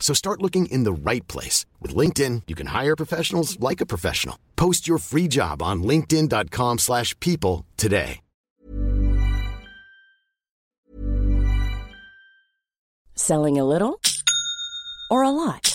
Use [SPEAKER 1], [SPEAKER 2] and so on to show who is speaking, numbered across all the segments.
[SPEAKER 1] So start looking in the right place. With LinkedIn, you can hire professionals like a professional. Post your free job on linkedin.com/people slash people today.
[SPEAKER 2] Selling a little or a lot?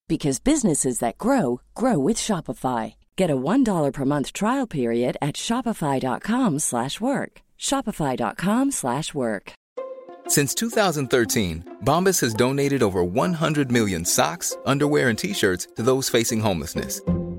[SPEAKER 2] because businesses that grow grow with Shopify. Get a $1 per month trial period at shopify.com/work. shopify.com/work.
[SPEAKER 3] Since 2013, Bombas has donated over 100 million socks, underwear, and t shirts to those facing homelessness.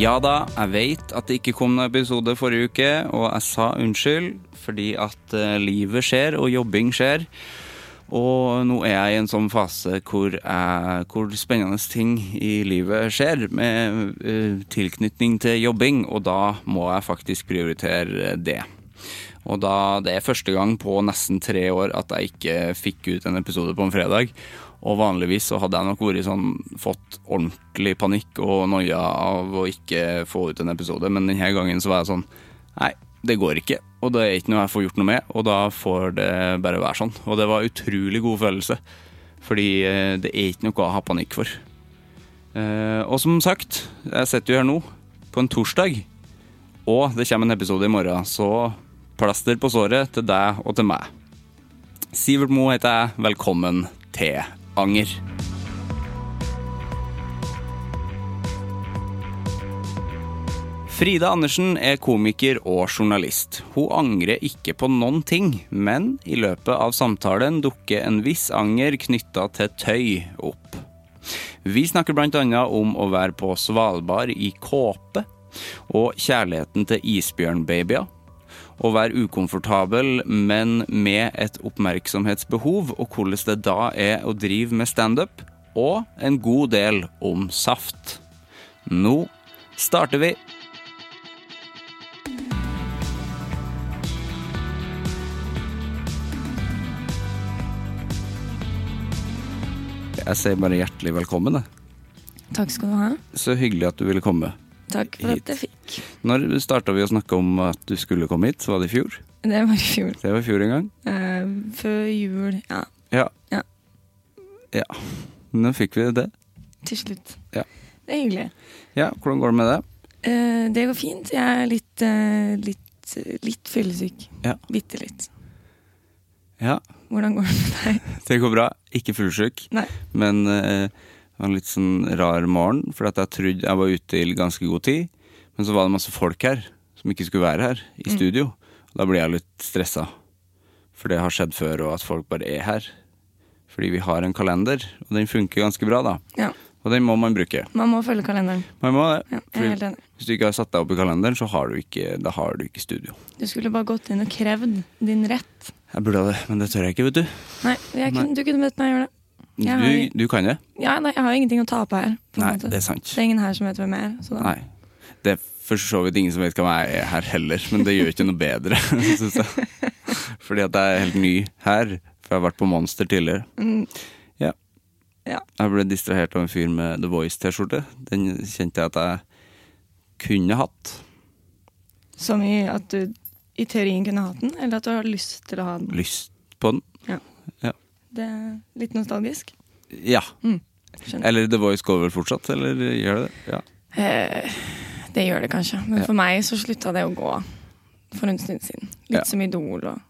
[SPEAKER 4] Ja da, jeg vet at det ikke kom noen episode forrige uke, og jeg sa unnskyld, fordi at eh, livet skjer, og jobbing skjer. Og nå er jeg i en sånn fase hvor, jeg, hvor spennende ting i livet skjer, med eh, tilknytning til jobbing, og da må jeg faktisk prioritere det. Og da, det er første gang på nesten tre år at jeg ikke fikk ut en episode på en fredag. Og vanligvis så hadde jeg nok vært sånn, fått ordentlig panikk og noia av å ikke få ut en episode, men denne gangen så var jeg sånn Nei, det går ikke, og det er ikke noe jeg får gjort noe med, og da får det bare være sånn. Og det var utrolig god følelse, fordi eh, det er ikke noe å ha panikk for. Eh, Og som sagt, jeg sitter jo her nå, på en torsdag, og det kommer en episode i morgen, så plaster på såret til deg og til meg. Sivert Mo heter jeg. Velkommen til Anger. Frida Andersen er komiker og journalist. Hun angrer ikke på noen ting, men i løpet av samtalen dukker en viss anger knytta til tøy opp. Vi snakker bl.a. om å være på Svalbard i kåpe, og kjærligheten til isbjørnbabyer. Å være ukomfortabel, men med et oppmerksomhetsbehov, og hvordan det da er å drive med standup, og en god del om saft. Nå starter vi. Jeg sier bare hjertelig velkommen. jeg.
[SPEAKER 5] Takk skal du ha.
[SPEAKER 4] Så hyggelig at du ville komme.
[SPEAKER 5] Takk for
[SPEAKER 4] Hit.
[SPEAKER 5] at jeg fikk.
[SPEAKER 4] Når starta vi å snakke om at du skulle komme hit? Var det i fjor?
[SPEAKER 5] Det var i fjor.
[SPEAKER 4] Det var i fjor en gang.
[SPEAKER 5] Eh, før jul, ja.
[SPEAKER 4] Ja.
[SPEAKER 5] Ja.
[SPEAKER 4] Ja. Nå fikk vi det.
[SPEAKER 5] Til slutt.
[SPEAKER 4] Ja.
[SPEAKER 5] Det er hyggelig.
[SPEAKER 4] Ja, hvordan går det med det?
[SPEAKER 5] Eh, det går fint. Jeg er litt, eh, litt, litt fyllesyk.
[SPEAKER 4] Ja.
[SPEAKER 5] Bitte litt.
[SPEAKER 4] Ja,
[SPEAKER 5] Hvordan går det med deg?
[SPEAKER 4] det går bra. Ikke fullsjuk,
[SPEAKER 5] Nei.
[SPEAKER 4] men eh, Det var en litt sånn rar morgen, for at jeg trodde jeg var ute i ganske god tid. Men så var det masse folk her som ikke skulle være her,
[SPEAKER 5] Mm.
[SPEAKER 4] i studio. Og Da blir jeg litt stressa. For det har skjedd før, og at folk bare er her. Fordi vi har en kalender, og den funker ganske bra, da.
[SPEAKER 5] Ja.
[SPEAKER 4] Og den må man bruke.
[SPEAKER 5] Man må følge kalenderen.
[SPEAKER 4] Man må
[SPEAKER 5] Ja,
[SPEAKER 4] det.
[SPEAKER 5] jeg er
[SPEAKER 4] Fordi
[SPEAKER 5] helt enig.
[SPEAKER 4] hvis du ikke har satt deg opp i kalenderen, så har du ikke, da har du ikke studio.
[SPEAKER 5] Du skulle bare gått inn og krevd din rett.
[SPEAKER 4] Jeg burde ha det, men det tør jeg ikke, vet du.
[SPEAKER 5] Nei, jeg kunne, du kunne bedt meg gjøre det. Jeg har,
[SPEAKER 4] Du, du kan det.
[SPEAKER 5] ja, nei, jeg har jo ingenting å tape her. på en
[SPEAKER 4] Nei,
[SPEAKER 5] måte.
[SPEAKER 4] det er sant.
[SPEAKER 5] Det er ingen her som vet hvem jeg er. Så da.
[SPEAKER 4] Nei. Det er for så vidt ingen som vet hvem jeg er her heller, men det gjør ikke noe bedre, synes jeg. Fordi at jeg er helt ny her, for jeg har vært på Monster tidligere. Ja.
[SPEAKER 5] Ja.
[SPEAKER 4] Jeg ble distrahert av en fyr med The Voice-T-skjorte. Den kjente jeg at jeg kunne hatt.
[SPEAKER 5] Som i at du i teorien kunne hatt den, eller at du har lyst til å ha den.
[SPEAKER 4] Lyst på den.
[SPEAKER 5] Det er litt nostalgisk.
[SPEAKER 4] Ja.
[SPEAKER 5] Skjønner.
[SPEAKER 4] Eller The Voice går vel fortsatt, eller gjør det det? Ja.
[SPEAKER 5] Eh, det gjør det kanskje, men
[SPEAKER 4] Ja.
[SPEAKER 5] for meg så slutta det å gå for en stund siden. Litt
[SPEAKER 4] Ja.
[SPEAKER 5] som Idol og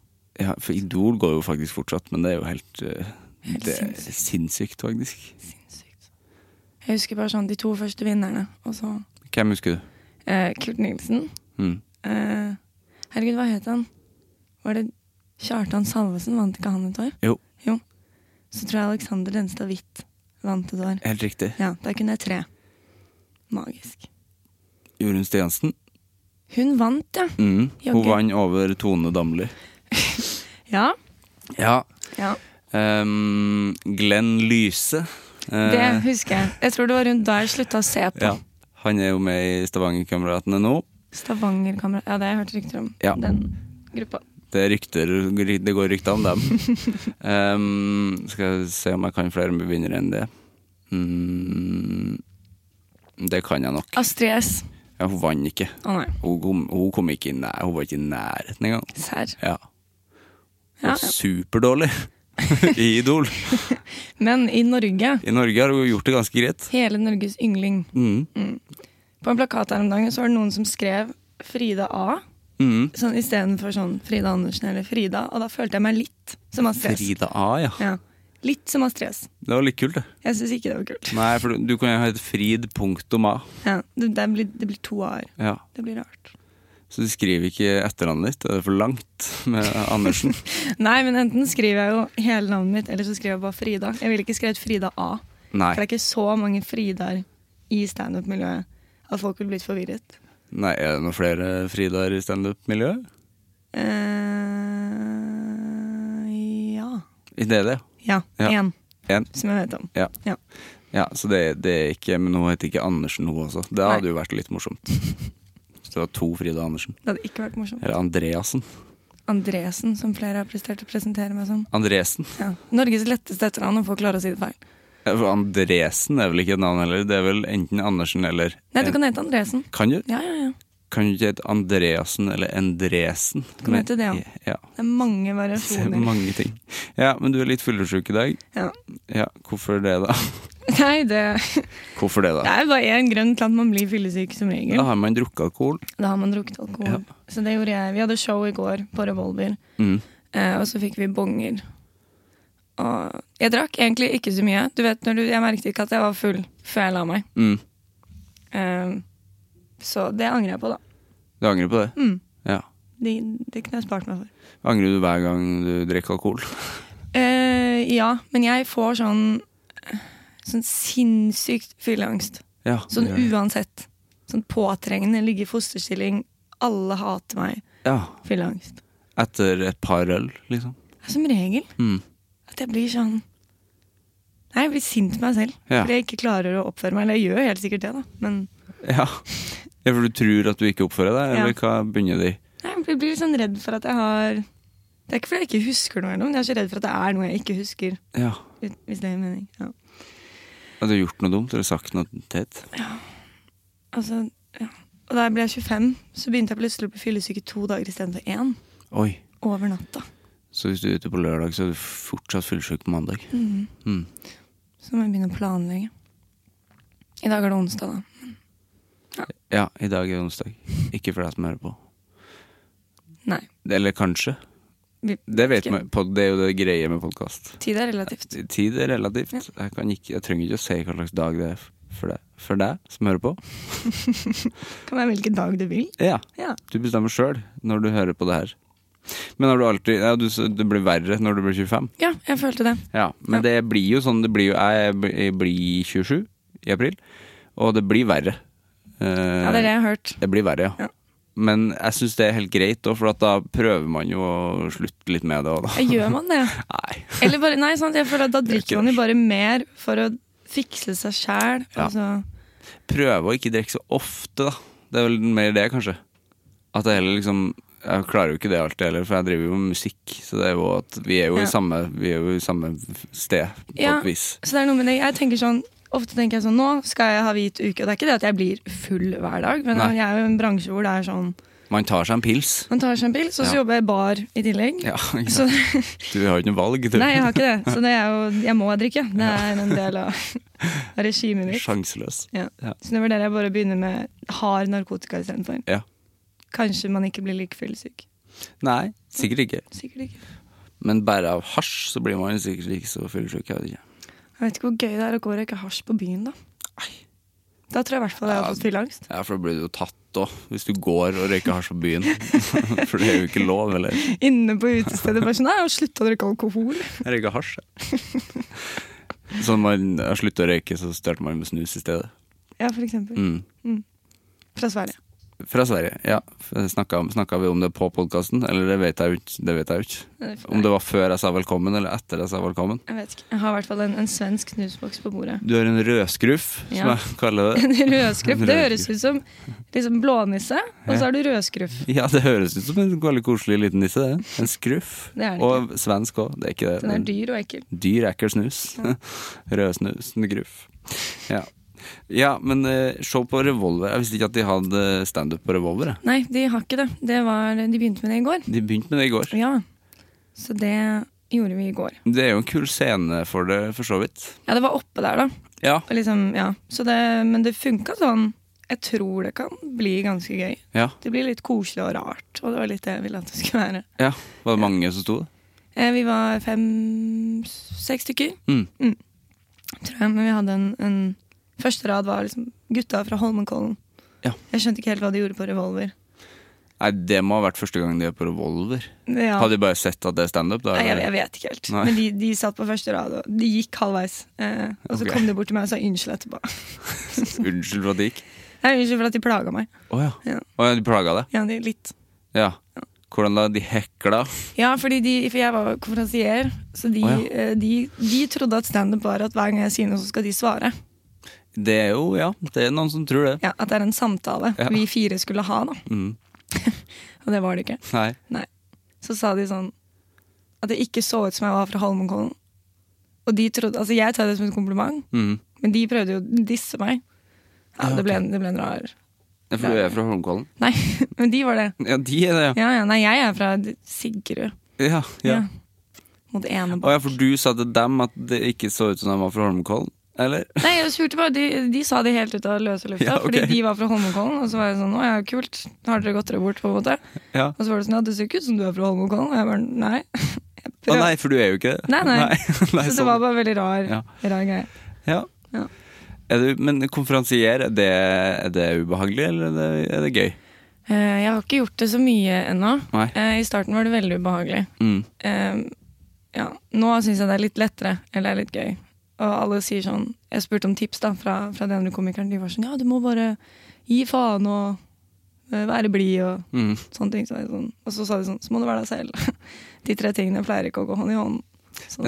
[SPEAKER 4] ja. For Idol går jo faktisk fortsatt, men det er jo helt, eh,
[SPEAKER 5] Helt
[SPEAKER 4] det er
[SPEAKER 5] sinnssykt.
[SPEAKER 4] sinnssykt, faktisk.
[SPEAKER 5] Sinnssykt. Jeg husker bare sånn de to første vinnerne, og så
[SPEAKER 4] Hvem husker du?
[SPEAKER 5] eh, Kurt Nilsen.
[SPEAKER 4] Mm.
[SPEAKER 5] Eh, herregud, hva het han? Var det Kjartan Salvesen? Vant ikke han et år?
[SPEAKER 4] Jo.
[SPEAKER 5] Så tror jeg Alexander Denstad Hvitt vant et år.
[SPEAKER 4] Helt riktig.
[SPEAKER 5] Ja, der kunne jeg tre. Magisk.
[SPEAKER 4] Jorunn Stiansen.
[SPEAKER 5] Hun vant, ja.
[SPEAKER 4] Mm. Hun
[SPEAKER 5] Jaggu.
[SPEAKER 4] vant over Tone Damli.
[SPEAKER 5] Ja.
[SPEAKER 4] Ja.
[SPEAKER 5] ja.
[SPEAKER 4] Ehm, Glenn Lyse. Eh,
[SPEAKER 5] Det husker jeg. Jeg tror det var rundt da jeg slutta å se på.
[SPEAKER 4] ja. Han er jo med i Stavangerkameratene nå.
[SPEAKER 5] Stavangerkamera Ja, det har jeg hørt rykter om.
[SPEAKER 4] Ja.
[SPEAKER 5] Den gruppa.
[SPEAKER 4] Det, er rykter, det går rykter om dem. Ehm, skal jeg se om jeg kan flere bevinnere enn det. Mm, det kan jeg nok.
[SPEAKER 5] Astrid S.
[SPEAKER 4] Ja, hun vant ikke.
[SPEAKER 5] Å nei.
[SPEAKER 4] Hun kom, hun kom ikke i nær, hun var ikke i nærheten engang.
[SPEAKER 5] Serr.
[SPEAKER 4] Ja.
[SPEAKER 5] Ja.
[SPEAKER 4] Superdårlig i Idol.
[SPEAKER 5] Men i Norge,
[SPEAKER 4] I Norge har hun gjort det ganske greit.
[SPEAKER 5] hele Norges yngling
[SPEAKER 4] Mm.
[SPEAKER 5] På en plakat her om dagen så var det noen som skrev Frida A.
[SPEAKER 4] Mm.
[SPEAKER 5] Sånn Istedenfor sånn Frida Andersen eller Frida. Og da følte jeg meg litt som Astrid S.
[SPEAKER 4] Frida A, ja.
[SPEAKER 5] Ja. Litt som Astrid S.
[SPEAKER 4] Det var litt kult, det.
[SPEAKER 5] Jeg syns ikke det var kult.
[SPEAKER 4] Nei, for du, du kan jo hete Frid punktum A.
[SPEAKER 5] Ja, det, det, blir, det blir to a-er.
[SPEAKER 4] Ja.
[SPEAKER 5] Det blir rart.
[SPEAKER 4] Så du skriver ikke etternavnet ditt. Det er for langt med Andersen.
[SPEAKER 5] Nei, men enten skriver jeg jo hele navnet mitt, eller så skriver jeg bare Frida. Jeg ville ikke skrevet Frida A.
[SPEAKER 4] Nei.
[SPEAKER 5] For det er ikke så mange Fridaer i standup-miljøet at folk ville blitt forvirret.
[SPEAKER 4] Nei, er det noen flere Fridaer i standup-miljøet?
[SPEAKER 5] eh ja.
[SPEAKER 4] Det er det,
[SPEAKER 5] Ja,
[SPEAKER 4] Ja.
[SPEAKER 5] én
[SPEAKER 4] En.
[SPEAKER 5] som jeg vet om.
[SPEAKER 4] ja.
[SPEAKER 5] Ja.
[SPEAKER 4] Ja, så det, det er ikke Men hun heter ikke Andersen, hun også. Det hadde jo vært litt morsomt. Så det var to Frida Andersen.
[SPEAKER 5] Det hadde ikke vært morsomt.
[SPEAKER 4] Eller Andreassen.
[SPEAKER 5] Andresen, som flere har prestert å presentere meg som.
[SPEAKER 4] Andresen.
[SPEAKER 5] Ja. Norges letteste etternavn, og folk klarer å si det feil.
[SPEAKER 4] Ja, for Andresen er vel ikke et navn heller. Det er vel enten Andersen eller
[SPEAKER 5] Nei, du kan hete Andresen.
[SPEAKER 4] Kan du,
[SPEAKER 5] Ja, ja, ja.
[SPEAKER 4] kan du ikke hete Andreassen eller Endresen?
[SPEAKER 5] kan hete det, ja.
[SPEAKER 4] ja.
[SPEAKER 5] Det er mange
[SPEAKER 4] Det er
[SPEAKER 5] variasjoner.
[SPEAKER 4] mange ting. Ja, men du er litt fyllesyk i dag.
[SPEAKER 5] Ja.
[SPEAKER 4] Ja, hvorfor det, da?
[SPEAKER 5] Nei, det,
[SPEAKER 4] Hvorfor det,
[SPEAKER 5] det
[SPEAKER 4] da?
[SPEAKER 5] er jo bare én grunn til at man blir fyllesyk, som regel.
[SPEAKER 4] Da har man drukket alkohol.
[SPEAKER 5] Da har man drukket alkohol. Så det gjorde jeg. Vi hadde show i går på Revolver,
[SPEAKER 4] Mm.
[SPEAKER 5] eh, og så fikk vi bonger. Og jeg drakk egentlig ikke så mye. Du vet, når du, Jeg merket ikke at jeg var full før jeg la meg.
[SPEAKER 4] Mm.
[SPEAKER 5] Eh, så det angrer jeg på, da.
[SPEAKER 4] Du angrer på det?
[SPEAKER 5] Mm.
[SPEAKER 4] Ja.
[SPEAKER 5] Det, det kunne jeg spart meg for.
[SPEAKER 4] Angrer du hver gang du drikker alkohol?
[SPEAKER 5] Eh, ja, men jeg får sånn Sånn sinnssykt fylleangst.
[SPEAKER 4] Ja.
[SPEAKER 5] Sånn
[SPEAKER 4] du gjør det.
[SPEAKER 5] uansett. Sånn påtrengende, ligge i fosterstilling, alle hater meg.
[SPEAKER 4] ja.
[SPEAKER 5] Fylleangst.
[SPEAKER 4] Etter et par øl, liksom.
[SPEAKER 5] Som regel.
[SPEAKER 4] Mm.
[SPEAKER 5] At jeg blir sånn Nei, jeg blir sint på meg selv
[SPEAKER 4] Ja.
[SPEAKER 5] fordi jeg ikke klarer å oppføre meg. Eller jeg gjør jo helt sikkert det, da. Men
[SPEAKER 4] Ja. ja, for du tror at du ikke oppfører deg,
[SPEAKER 5] Ja.
[SPEAKER 4] eller hva begynner de?
[SPEAKER 5] nei, jeg blir litt sånn redd for at jeg har Det er ikke fordi jeg ikke husker noe, eller noe, men jeg er så redd for at det er noe jeg ikke husker.
[SPEAKER 4] Ja.
[SPEAKER 5] ut- Hvis det gir mening. Ja.
[SPEAKER 4] Har du gjort noe dumt eller sagt noe teit?
[SPEAKER 5] Altså, ja. Og da jeg ble 25, så begynte jeg plutselig å bli fyllesyk i to dager istedenfor én.
[SPEAKER 4] Oi.
[SPEAKER 5] Over natta.
[SPEAKER 4] Så hvis du er ute på lørdag, så er du fortsatt fyllesyk på mandag? Mm.
[SPEAKER 5] Så må jeg begynne å planlegge. I dag er det onsdag, da.
[SPEAKER 4] Ja, i dag er onsdag. Ikke for deg som hører på.
[SPEAKER 5] Nei.
[SPEAKER 4] Eller kanskje.
[SPEAKER 5] Vi,
[SPEAKER 4] Det vet
[SPEAKER 5] Ikke-
[SPEAKER 4] man, pod- det er jo det greie med podkast.
[SPEAKER 5] tid er relativt.
[SPEAKER 4] Tid er relativt. Jeg, kan ikke, jeg trenger ikke å si hva slags dag det er for deg, for deg som hører på.
[SPEAKER 5] Kan være hvilken dag du vil.
[SPEAKER 4] Ja,
[SPEAKER 5] Ja.
[SPEAKER 4] Du bestemmer sjøl når du hører på det her. Men har du alltid ja, du, s- Det blir verre når du blir 25.
[SPEAKER 5] ja, jeg følte det.
[SPEAKER 4] Ja, Men det blir jo sånn det blir jo, Jeg bl- jeg blir 27 i april, og det blir verre. Eh,
[SPEAKER 5] Ja, det er det jeg har hørt.
[SPEAKER 4] Det blir verre, ja.
[SPEAKER 5] Ja.
[SPEAKER 4] Men jeg syns det er helt greit, da, for at da prøver man jo å slutte litt med det. Og da.
[SPEAKER 5] Gjør man det?
[SPEAKER 4] Nei.
[SPEAKER 5] Eller bare, nei, sant? Jeg føler at da drikker man jo bare mer for å fikse seg sjæl.
[SPEAKER 4] Ja.
[SPEAKER 5] Altså,
[SPEAKER 4] Prøve å ikke drikke så ofte, da. Det er vel mer det, kanskje. At jeg heller liksom Jeg klarer jo ikke det alltid heller, for jeg driver jo med musikk. Så det er jo at vi er jo,
[SPEAKER 5] Ja.
[SPEAKER 4] i, samme, vi er jo i samme sted, på
[SPEAKER 5] Ja.
[SPEAKER 4] et vis.
[SPEAKER 5] så det er noe med det. Jeg tenker sånn Ofte tenker jeg sånn, nå skal jeg ha hvit uke. Og det er ikke det at jeg blir full hver dag, men
[SPEAKER 4] Nei.
[SPEAKER 5] jeg er jo i en bransje hvor det er sånn
[SPEAKER 4] Man tar seg en pils.
[SPEAKER 5] Man tar seg en pils, og så
[SPEAKER 4] Ja.
[SPEAKER 5] jobber jeg i bar i tillegg.
[SPEAKER 4] Ja, ikke
[SPEAKER 5] Så,
[SPEAKER 4] sant. Du har jo ikke noe valg. Du.
[SPEAKER 5] nei, jeg har ikke det. Så det er jo, jeg må drikke. Det er en del av av regimet mitt.
[SPEAKER 4] Sjanseløs.
[SPEAKER 5] Ja.
[SPEAKER 4] Ja.
[SPEAKER 5] Så nå vurderer jeg bare å begynne med hard narkotika istedenfor.
[SPEAKER 4] Ja.
[SPEAKER 5] Kanskje man ikke blir like fyllesyk.
[SPEAKER 4] Nei, sikkert ikke.
[SPEAKER 5] Sikkert ikke.
[SPEAKER 4] Men bare av hasj så blir man sikkert ikke så fyllesyk. jeg vet ikke.
[SPEAKER 5] Jeg vet ikke hvor gøy det er å gå og røyke hasj på byen, da. Da tror jeg i hvert fall jeg har fått fylleangst.
[SPEAKER 4] Ja, for da blir du jo tatt òg, hvis du går og røyker hasj på byen. for det er jo ikke lov, eller?
[SPEAKER 5] Inne på utestedet bare sånn Nei, jeg har slutta å drikke alkohol.
[SPEAKER 4] Jeg røyker hasj. jeg. Så når man har sluttet å røyke, så starter man med snus i stedet.
[SPEAKER 5] Ja, for eksempel.
[SPEAKER 4] Mm.
[SPEAKER 5] Fra Sverige.
[SPEAKER 4] Fra Sverige, ja. Snakka, snakka vi om det på podkasten? Eller det vet jeg jo ikke. Det vet jeg jo ikke.
[SPEAKER 5] Nei,
[SPEAKER 4] Om det var før jeg sa velkommen, eller etter jeg sa velkommen.
[SPEAKER 5] Jeg vet ikke. Jeg har i hvert fall en, en svensk snusboks på bordet.
[SPEAKER 4] Du har en rødskruff, som
[SPEAKER 5] Ja.
[SPEAKER 4] jeg kaller det.
[SPEAKER 5] En rødskruff.
[SPEAKER 4] En
[SPEAKER 5] Det høres ut som liksom blånisse, og så har du rødskruff.
[SPEAKER 4] Ja, det høres ut som en veldig koselig liten nisse, det. En skruff.
[SPEAKER 5] Det er det
[SPEAKER 4] og svensk òg, det er ikke det.
[SPEAKER 5] Den er dyr og ekkel.
[SPEAKER 4] Dyr, ekkel snus. Rødsnus, gruff. Ja. ja, men eh, se på Revolver. Jeg visste ikke at de hadde standup på Revolver. jeg.
[SPEAKER 5] Nei, de har ikke det. det var, de begynte med det i går.
[SPEAKER 4] De begynte med det i går.
[SPEAKER 5] Ja. Så det gjorde vi i går.
[SPEAKER 4] Det er jo en kul scene for det, for så vidt.
[SPEAKER 5] Ja, det var oppe der, da.
[SPEAKER 4] Ja.
[SPEAKER 5] Og liksom, ja. Så det, men det funka sånn. Jeg tror det kan bli ganske gøy.
[SPEAKER 4] ja.
[SPEAKER 5] Det blir litt koselig og rart, og det var litt det jeg ville at det skulle være.
[SPEAKER 4] ja. Var det mange som sto?
[SPEAKER 5] Eh, vi var fem-seks stykker,
[SPEAKER 4] Mm.
[SPEAKER 5] tror jeg. Men vi hadde en, en Første rad var liksom gutta fra Holmenkollen.
[SPEAKER 4] Ja.
[SPEAKER 5] Jeg skjønte ikke helt hva de gjorde på Revolver.
[SPEAKER 4] Nei, det må ha vært første gang de er på Revolver.
[SPEAKER 5] Ja.
[SPEAKER 4] Hadde de bare sett at det er standup, da?
[SPEAKER 5] Nei, jeg,
[SPEAKER 4] eller?
[SPEAKER 5] jeg vet ikke helt.
[SPEAKER 4] Nei.
[SPEAKER 5] Men de, de satt på første rad, og de gikk halvveis. Eh, og så
[SPEAKER 4] Ok.
[SPEAKER 5] kom de bort til meg og sa unnskyld etterpå.
[SPEAKER 4] Unnskyld for at det gikk.
[SPEAKER 5] Nei, unnskyld for at de plaga meg.
[SPEAKER 4] Å ja.
[SPEAKER 5] Ja.
[SPEAKER 4] Å ja, de plaga deg?
[SPEAKER 5] Ja, de, litt.
[SPEAKER 4] Ja. Hvordan da? De hekla?
[SPEAKER 5] Ja, fordi de, for jeg var konferansier, så de,
[SPEAKER 4] Å, ja.
[SPEAKER 5] eh, de, de trodde at standup var at hver gang jeg sier noe, så skal de svare.
[SPEAKER 4] Det er jo, ja. Det er noen som tror det.
[SPEAKER 5] Ja, At det er en samtale
[SPEAKER 4] Ja.
[SPEAKER 5] vi fire skulle ha, da.
[SPEAKER 4] Mm.
[SPEAKER 5] Og det var det ikke.
[SPEAKER 4] Nei.
[SPEAKER 5] Nei. Så sa de sånn at det ikke så ut som jeg var fra Holmenkollen. Og de trodde, altså jeg tar det som et kompliment,
[SPEAKER 4] Mm.
[SPEAKER 5] men de prøvde jo å disse meg. Ja, det ble, en- det ble en rar
[SPEAKER 4] Ja, For du er fra Holmkollen?
[SPEAKER 5] Nei, men de var det.
[SPEAKER 4] Ja, de er det, ja.
[SPEAKER 5] Ja, ja, nei, jeg er fra Sigrud.
[SPEAKER 4] Ja, ja.
[SPEAKER 5] Ja. Mot ene
[SPEAKER 4] Å ja, for du sa til dem at det ikke så ut som de var fra Holmenkollen? Eller?
[SPEAKER 5] Nei, jeg spurte bare, de, de sa det helt ut av løse lufta,
[SPEAKER 4] Ja, ok.
[SPEAKER 5] fordi de var fra Holmenkollen. Og så var jeg sånn, å ja, kult, har dere gått dere bort, på en måte?
[SPEAKER 4] Ja.
[SPEAKER 5] Og så var det sånn, ja, du ser ikke ut som du er fra Holmenkollen. Og jeg bare, nei. Jeg
[SPEAKER 4] Å
[SPEAKER 5] prøver.
[SPEAKER 4] nei, for du er jo ikke det.
[SPEAKER 5] Nei, nei.
[SPEAKER 4] nei,
[SPEAKER 5] så det
[SPEAKER 4] sånn.
[SPEAKER 5] var bare veldig rar,
[SPEAKER 4] Ja.
[SPEAKER 5] rar greie.
[SPEAKER 4] Ja.
[SPEAKER 5] Ja.
[SPEAKER 4] Er du, men konferansier, er det, er det ubehagelig, eller er det, er det gøy?
[SPEAKER 5] Eh, Jeg har ikke gjort det så mye ennå.
[SPEAKER 4] Nei.
[SPEAKER 5] Eh, I starten var det veldig ubehagelig.
[SPEAKER 4] Mm.
[SPEAKER 5] Eh, Ja, nå syns jeg det er litt lettere, eller det er litt gøy. Og alle sier sånn Jeg spurte om tips da fra, fra de andre komikerne. De var sånn Ja, du må bare gi faen og eh, være blid og
[SPEAKER 4] Mm.
[SPEAKER 5] sånne ting. Så var jeg sånn. Og så sa de sånn Så må du være deg selv. De tre tingene pleier ikke å gå hånd i hånd. Så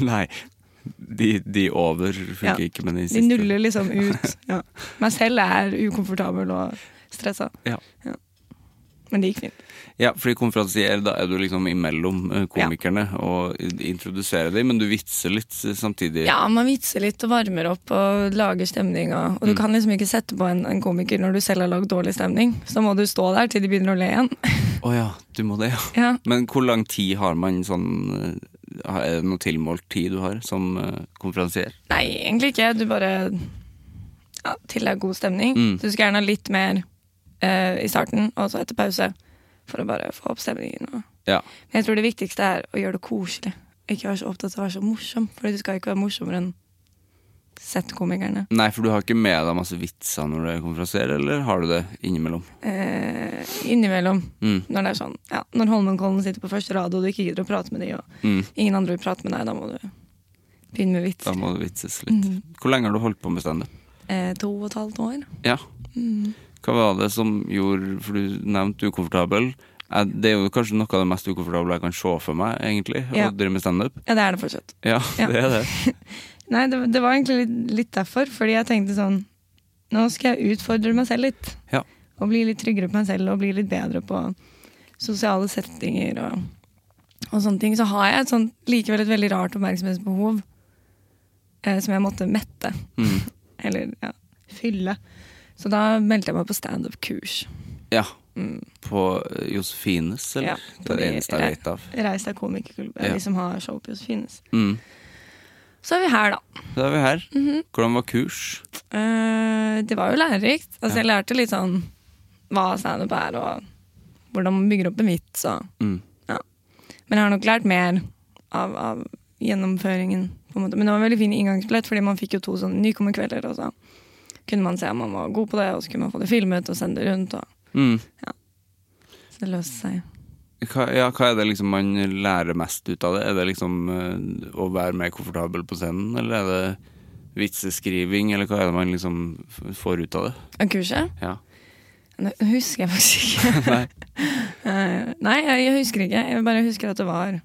[SPEAKER 4] nei. De, de over funker
[SPEAKER 5] Ja.
[SPEAKER 4] ikke, men de
[SPEAKER 5] de
[SPEAKER 4] siste
[SPEAKER 5] nuller liksom ut. Ja. Meg selv er ukomfortabel og stressa.
[SPEAKER 4] Ja.
[SPEAKER 5] Men det gikk fint.
[SPEAKER 4] Ja, fordi konferansier, da er du liksom imellom eh, komikerne og introduserer dem, men du vitser litt eh, samtidig.
[SPEAKER 5] Ja, man vitser litt og varmer opp og lager stemninga.
[SPEAKER 4] Mm.
[SPEAKER 5] Og du kan liksom ikke sette på en, en komiker når du selv har lagd dårlig stemning. Så da må du stå der til de begynner å le igjen.
[SPEAKER 4] Å ja, du må det, ja.
[SPEAKER 5] ja.
[SPEAKER 4] Men hvor lang tid har man sånn eh, Er det noe tilmålt tid du har som eh, konferansier?
[SPEAKER 5] Nei, egentlig ikke. Du bare ja, til det er god stemning.
[SPEAKER 4] Mm.
[SPEAKER 5] Så du skal gjerne ha litt mer eh, i starten, og så etter pause. For å bare få opp stemningen. Og
[SPEAKER 4] Ja.
[SPEAKER 5] Men jeg tror det viktigste er å gjøre det koselig. Ikke være så opptatt av å være så morsom, for du skal ikke være morsommere enn Z-komikerne.
[SPEAKER 4] Nei, for du har ikke med deg masse vitser når du konferanserer, eller har du det innimellom?
[SPEAKER 5] Eh, innimellom,
[SPEAKER 4] Mm.
[SPEAKER 5] når det er sånn ja, Når Holmenkollen sitter på første rad, og du ikke gidder å prate med de, og
[SPEAKER 4] Mm.
[SPEAKER 5] ingen andre vil prate med deg, da må du begynne med
[SPEAKER 4] Da
[SPEAKER 5] vitser.
[SPEAKER 4] må det vitses litt.
[SPEAKER 5] Mm.
[SPEAKER 4] Hvor lenge har du holdt på med standup?
[SPEAKER 5] Eh, to og et halvt år.
[SPEAKER 4] Ja.
[SPEAKER 5] Mm.
[SPEAKER 4] Hva var det som gjorde For du nevnte ukomfortabel. Eh, Det er jo kanskje noe av det mest ukomfortable jeg kan se for meg, egentlig,
[SPEAKER 5] Ja.
[SPEAKER 4] å drive med standup.
[SPEAKER 5] Ja, det er det fortsatt.
[SPEAKER 4] Ja,
[SPEAKER 5] Ja.
[SPEAKER 4] det er det.
[SPEAKER 5] Nei, det, det var egentlig litt, litt derfor, fordi jeg tenkte sånn Nå skal jeg utfordre meg selv litt.
[SPEAKER 4] Ja.
[SPEAKER 5] Og bli litt tryggere på meg selv, og bli litt bedre på sosiale settinger og, og sånne ting. Så har jeg et sånt, likevel et veldig rart oppmerksomhetsbehov eh, som jeg måtte mette.
[SPEAKER 4] Mm.
[SPEAKER 5] Eller ja, fylle. Så da meldte jeg meg på standup-kurs.
[SPEAKER 4] Ja. På Josefines, eller?
[SPEAKER 5] Mm. Ja,
[SPEAKER 4] det er det eneste jeg vet av.
[SPEAKER 5] Reist av komikerklubben,
[SPEAKER 4] Ja.
[SPEAKER 5] de som har show på Josefines.
[SPEAKER 4] Mm.
[SPEAKER 5] Så er vi her, da.
[SPEAKER 4] Da er vi her.
[SPEAKER 5] Mhm.
[SPEAKER 4] Hvordan var kurs?
[SPEAKER 5] Eh, det var jo lærerikt. Altså, Jeg lærte litt sånn hva standup er, og hvordan man bygger opp en vits. Og,
[SPEAKER 4] Mm.
[SPEAKER 5] ja. Men jeg har nok lært mer av, av gjennomføringen. På en måte. Men det var en veldig fin inngangsbillett, fordi man fikk jo to sånne nykommerkvelder. Og så kunne man se om man var god på det, og så kunne man få det filmet og sende det rundt. Og,
[SPEAKER 4] Mm.
[SPEAKER 5] så det løste seg.
[SPEAKER 4] Hva, ja, hva er det liksom man lærer mest ut av det? Er det liksom eh, å være mer komfortabel på scenen, eller er det vitseskriving, eller hva er det man liksom f- får ut av det?
[SPEAKER 5] Og kurset?
[SPEAKER 4] Ja.
[SPEAKER 5] Det husker jeg faktisk ikke.
[SPEAKER 4] Nei.
[SPEAKER 5] Eh, Nei, jeg jeg husker ikke. Jeg bare husker at det var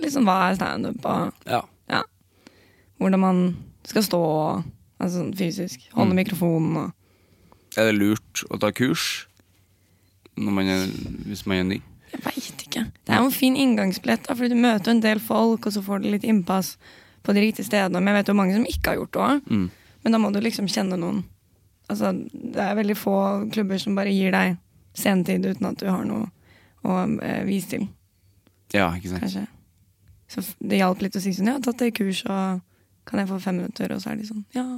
[SPEAKER 5] liksom, hva er standup, og
[SPEAKER 4] Ja.
[SPEAKER 5] ja, hvordan man skal stå og- altså sånn fysisk. Holde mikrofonen og
[SPEAKER 4] Er det lurt å ta kurs når man er, hvis man er ny?
[SPEAKER 5] Jeg veit ikke. Det er jo en fin inngangsbillett, da, fordi du møter en del folk, og så får du litt innpass på de riktige stedene. Men jeg vet jo mange som ikke har gjort det òg. Men da må du liksom kjenne noen. Altså, det er veldig få klubber som bare gir deg sentid uten at du har noe å eh, vise til,
[SPEAKER 4] Ja, ikke sant.
[SPEAKER 5] kanskje. Så f- det hjalp litt å si sånn, ja, jeg har tatt det kurset, og kan jeg få fem minutter? Og så er de sånn, ja.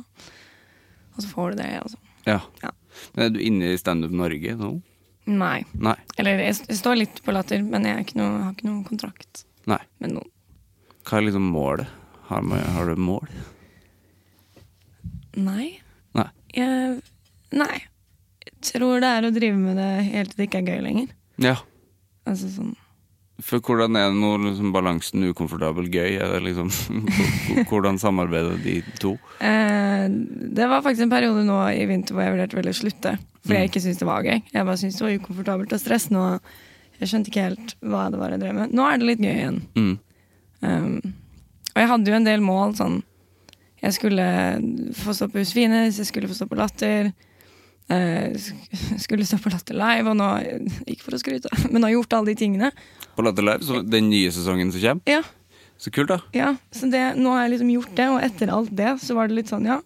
[SPEAKER 5] Og så får du det, altså.
[SPEAKER 4] Ja.
[SPEAKER 5] Ja.
[SPEAKER 4] Men er du inne i Standup Norge nå?
[SPEAKER 5] Nei.
[SPEAKER 4] Nei.
[SPEAKER 5] Eller jeg, jeg står litt på latter, men jeg er ikke noe, har ikke noen kontrakt
[SPEAKER 4] Nei.
[SPEAKER 5] med noen.
[SPEAKER 4] Hva er liksom målet? Har, man, har du mål?
[SPEAKER 5] Nei.
[SPEAKER 4] Nei.
[SPEAKER 5] Jeg, nei. Jeg tror det er å drive med det helt til det ikke er gøy lenger.
[SPEAKER 4] Ja.
[SPEAKER 5] Altså sånn
[SPEAKER 4] For hvordan er det nå liksom balansen ukomfortabel gøy? Er det liksom, hvordan samarbeider de to?
[SPEAKER 5] eh, Det var faktisk en periode nå i vinter hvor jeg vurderte vel å slutte. Fordi jeg ikke syntes det var gøy. Jeg bare syntes det var ukomfortabelt og stressende. Og jeg skjønte ikke helt hva det var jeg drev med. Nå er det litt gøy igjen.
[SPEAKER 4] Mm.
[SPEAKER 5] Um, og jeg hadde jo en del mål sånn Jeg skulle få stå på Husfines, jeg skulle få stå på Latter. eh, sk- skulle stå på Latter Live, og nå Ikke for å skryte, men har gjort alle de tingene.
[SPEAKER 4] På Latter Live, så den nye sesongen som kommer.
[SPEAKER 5] Ja,
[SPEAKER 4] Så kult, da.
[SPEAKER 5] ja Så det, nå har jeg liksom gjort det, og etter alt det så var det litt sånn, ja.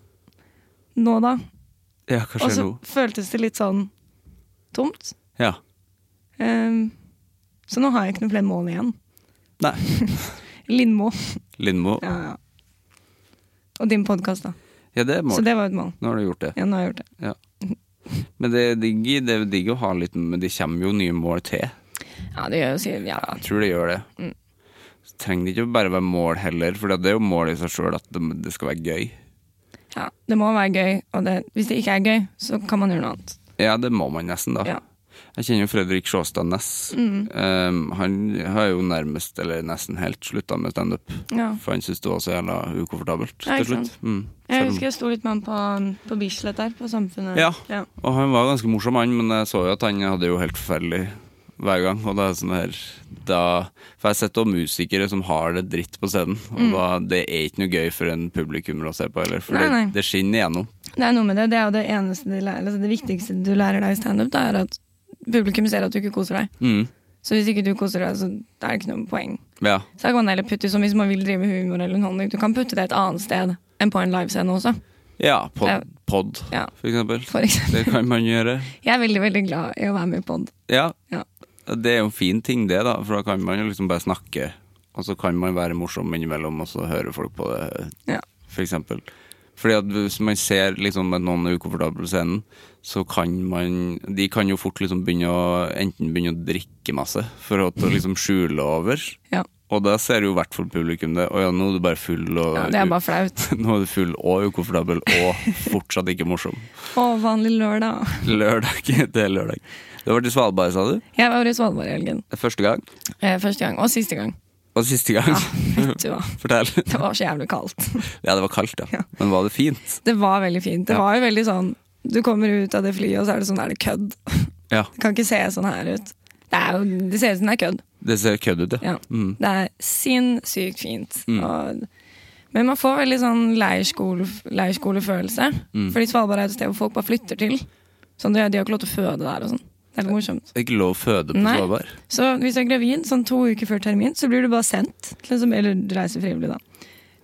[SPEAKER 5] Nå da?
[SPEAKER 4] Ja,
[SPEAKER 5] Og
[SPEAKER 4] kanskje
[SPEAKER 5] så
[SPEAKER 4] nå.
[SPEAKER 5] føltes det litt sånn tomt.
[SPEAKER 4] Ja.
[SPEAKER 5] Um, så nå har jeg ikke noen flere mål igjen.
[SPEAKER 4] Nei.
[SPEAKER 5] Lindmo.
[SPEAKER 4] Lindmo.
[SPEAKER 5] Ja, ja. Og din podkast, da.
[SPEAKER 4] Ja, det er
[SPEAKER 5] Så
[SPEAKER 4] mål.
[SPEAKER 5] det var et mål.
[SPEAKER 4] Nå har du gjort det.
[SPEAKER 5] Ja, nå har jeg gjort det.
[SPEAKER 4] Ja. Men det er digg, i- det er digg å ha litt Men det kommer jo nye mål til.
[SPEAKER 5] Ja, det gjør jo sikkert ja.
[SPEAKER 4] Jeg tror det gjør det.
[SPEAKER 5] Mm.
[SPEAKER 4] Så trenger det ikke bare være mål heller, for det er jo mål i seg sjøl at det, det skal være gøy.
[SPEAKER 5] ja. Det må være gøy, og det, hvis det ikke er gøy, så kan man gjøre noe annet.
[SPEAKER 4] Ja, det må man nesten, da.
[SPEAKER 5] Ja. Mm.
[SPEAKER 4] Jeg kjenner jo Fredrik Sjåstad Næss. Um, han har jo nærmest, eller nesten helt, slutta med standup.
[SPEAKER 5] Ja.
[SPEAKER 4] For han syntes det var så jævla ukomfortabelt
[SPEAKER 5] Ja,
[SPEAKER 4] til
[SPEAKER 5] ikke
[SPEAKER 4] slutt.
[SPEAKER 5] sant.
[SPEAKER 4] Mm.
[SPEAKER 5] Jeg
[SPEAKER 4] Selv om-
[SPEAKER 5] husker jeg sto litt med han på, på Bislett der, på Samfunnet.
[SPEAKER 4] Ja. Og han var ganske morsom, han, men jeg så jo at han hadde jo helt forferdelig hver gang. Og det er sånn her da, For jeg har sett også musikere som har det dritt på scenen. Og da, det er ikke noe gøy for en publikummer å se på heller, for
[SPEAKER 5] Mm. Nei, nei.
[SPEAKER 4] Det, det skinner gjennom.
[SPEAKER 5] Det er noe med det. Det er jo det eneste du lærer, altså det viktigste du lærer deg i standup, det er at publikum ser at du ikke koser deg.
[SPEAKER 4] Mm.
[SPEAKER 5] Så hvis ikke du koser deg, så er det ikke noe poeng.
[SPEAKER 4] Ja.
[SPEAKER 5] Så da kan man heller putte som hvis man vil drive humor eller underholdning. Du kan putte det et annet sted enn på en livescene også,
[SPEAKER 4] ja
[SPEAKER 5] Ja.
[SPEAKER 4] pod, pod,
[SPEAKER 5] Ja.
[SPEAKER 4] for eksempel.
[SPEAKER 5] for eksempel.
[SPEAKER 4] Det kan man gjøre.
[SPEAKER 5] Jeg er veldig, veldig glad i å være med i pod.
[SPEAKER 4] Ja.
[SPEAKER 5] Ja.
[SPEAKER 4] Det er jo en fin ting, det, da, for da kan man jo liksom bare snakke. Og så kan man være morsom innimellom, og så hører folk på det,
[SPEAKER 5] Ja.
[SPEAKER 4] for eksempel. Fordi at hvis man ser liksom at noen er ukomfortabel på scenen, så kan man De kan jo fort liksom begynne å enten begynne å drikke masse for å liksom skjule over.
[SPEAKER 5] Ja.
[SPEAKER 4] Og da ser jo i hvert fall publikum det. Å ja, nå er du bare full og
[SPEAKER 5] ja, det er bare flaut.
[SPEAKER 4] Nå er du full og ukomfortabel og fortsatt ikke morsom.
[SPEAKER 5] Og vanlig lørdag.
[SPEAKER 4] Lørdag. Det er lørdag. Du har vært i Svalbard, sa du?
[SPEAKER 5] Jeg var i Svalbard i helgen.
[SPEAKER 4] Første gang?
[SPEAKER 5] Eh, Første gang, og siste gang.
[SPEAKER 4] Og siste gang?
[SPEAKER 5] Vet du hva.
[SPEAKER 4] Fortell.
[SPEAKER 5] Det var så jævlig kaldt.
[SPEAKER 4] Ja, det var kaldt, ja. Men var det fint?
[SPEAKER 5] Det var veldig fint. Det var jo veldig sånn Du kommer ut av det flyet, og så er det sånn Er det kødd?
[SPEAKER 4] Ja.
[SPEAKER 5] Det kan ikke se sånn her ut. Det, er jo, det ser ut som det er kødd.
[SPEAKER 4] Det ser kødd ut, ja.
[SPEAKER 5] Ja. Det er sinnssykt fint. Og, men man får veldig sånn leirskole, leirskolefølelse. Fordi Svalbard er et sted hvor folk bare flytter til. Sånn, de, de har ikke lov til å føde der og sånn. Det er litt morsomt.
[SPEAKER 4] Det er ikke lov å føde på
[SPEAKER 5] Nei.
[SPEAKER 4] Svalbard.
[SPEAKER 5] Så hvis du er gravid sånn to uker før termin, så blir du bare sendt, til, en som- eller du reiser frivillig da,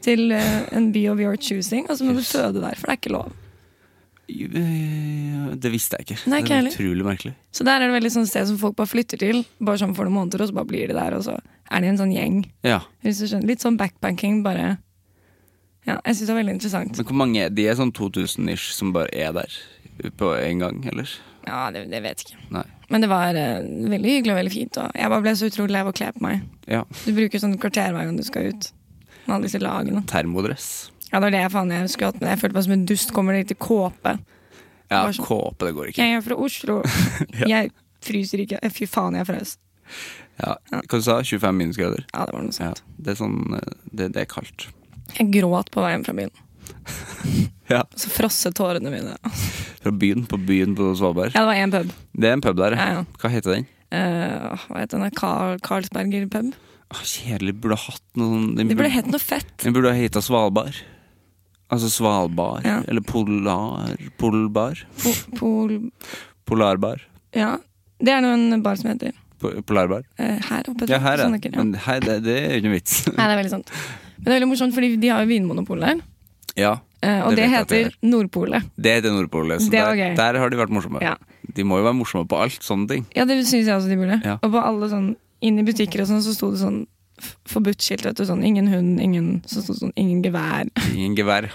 [SPEAKER 5] til eh, en by of your choosing, og så må du føde der, for det er ikke lov.
[SPEAKER 4] Eh, Det visste jeg ikke.
[SPEAKER 5] Nei, ikke
[SPEAKER 4] det er
[SPEAKER 5] heller.
[SPEAKER 4] utrolig merkelig.
[SPEAKER 5] Så der er det veldig sånn sted som folk bare flytter til, bare sånn for noen måneder, og så bare blir de der, og så er de en sånn gjeng.
[SPEAKER 4] Ja.
[SPEAKER 5] Hvis du skjønner. Litt sånn backpacking, bare. Ja, jeg syns det var veldig interessant.
[SPEAKER 4] Men hvor mange er De er sånn 2000-ish som bare er der på en gang, eller?
[SPEAKER 5] Ja, det, det vet jeg ikke.
[SPEAKER 4] Nei.
[SPEAKER 5] Men det var eh, veldig hyggelig og veldig fint. Og jeg bare ble så utrolig lei av å kle på meg.
[SPEAKER 4] Ja.
[SPEAKER 5] Du bruker sånn kvarter hver gang du skal ut. Med alle disse lagene.
[SPEAKER 4] Termodress.
[SPEAKER 5] Ja, det var det jeg faen jeg skulle hatt med. Jeg følte meg som en dust. Kommer det til kåpe?
[SPEAKER 4] Ja,
[SPEAKER 5] Bare sånn-
[SPEAKER 4] kåpe, det går ikke.
[SPEAKER 5] Jeg er fra Oslo. Jeg fryser ikke. Eh, Fy faen, jeg frøs.
[SPEAKER 4] Ja. Hva du sa 25 minusgrader?
[SPEAKER 5] Ja, det var noe
[SPEAKER 4] Ja.
[SPEAKER 5] sånt.
[SPEAKER 4] Det er sånn eh, Det, det er kaldt.
[SPEAKER 5] Jeg gråt på veien fra byen.
[SPEAKER 4] Ja.
[SPEAKER 5] Og så frosset tårene mine.
[SPEAKER 4] Fra byen på byen på Svalbard.
[SPEAKER 5] Ja, det var én pub.
[SPEAKER 4] Det er en pub der,
[SPEAKER 5] Ja, ja.
[SPEAKER 4] Hva heter den?
[SPEAKER 5] Eh, hva heter den? Carl, Carlsberger pub?
[SPEAKER 4] Åh, Kjedelig. Burde ha hatt noe sånn Den
[SPEAKER 5] Det burde
[SPEAKER 4] burde,
[SPEAKER 5] hett noe fett.
[SPEAKER 4] den burde ha heta Svalbard. Altså Svalbard.
[SPEAKER 5] Ja.
[SPEAKER 4] Eller Polar Polbar.
[SPEAKER 5] Po pol...
[SPEAKER 4] Polarbar.
[SPEAKER 5] Ja. Det er noe en bar som heter.
[SPEAKER 4] Po- Polarbar.
[SPEAKER 5] eh, her oppe.
[SPEAKER 4] Ja, her er
[SPEAKER 5] sånn
[SPEAKER 4] det.
[SPEAKER 5] ja.
[SPEAKER 4] Men her, det, det er jo ikke noe vits.
[SPEAKER 5] Nei, det er veldig sant. Men det er veldig morsomt, fordi de har jo vinmonopol der.
[SPEAKER 4] ja.
[SPEAKER 5] eh, Og
[SPEAKER 4] Det
[SPEAKER 5] det,
[SPEAKER 4] vet jeg at de
[SPEAKER 5] heter Nordpolet.
[SPEAKER 4] Det heter Nordpolet. Så
[SPEAKER 5] Det var
[SPEAKER 4] der,
[SPEAKER 5] gøy.
[SPEAKER 4] der har de vært morsomme.
[SPEAKER 5] Ja.
[SPEAKER 4] De må jo være morsomme på alt sånne ting.
[SPEAKER 5] ja, det syns jeg også de burde.
[SPEAKER 4] Ja.
[SPEAKER 5] Og på alle sånn inn i butikker og sånn, så sto det sånn f- forbudt-skilt, vet du. Sånn ingen hund, ingen Så sto det sånn ingen gevær.
[SPEAKER 4] Ingen gevær.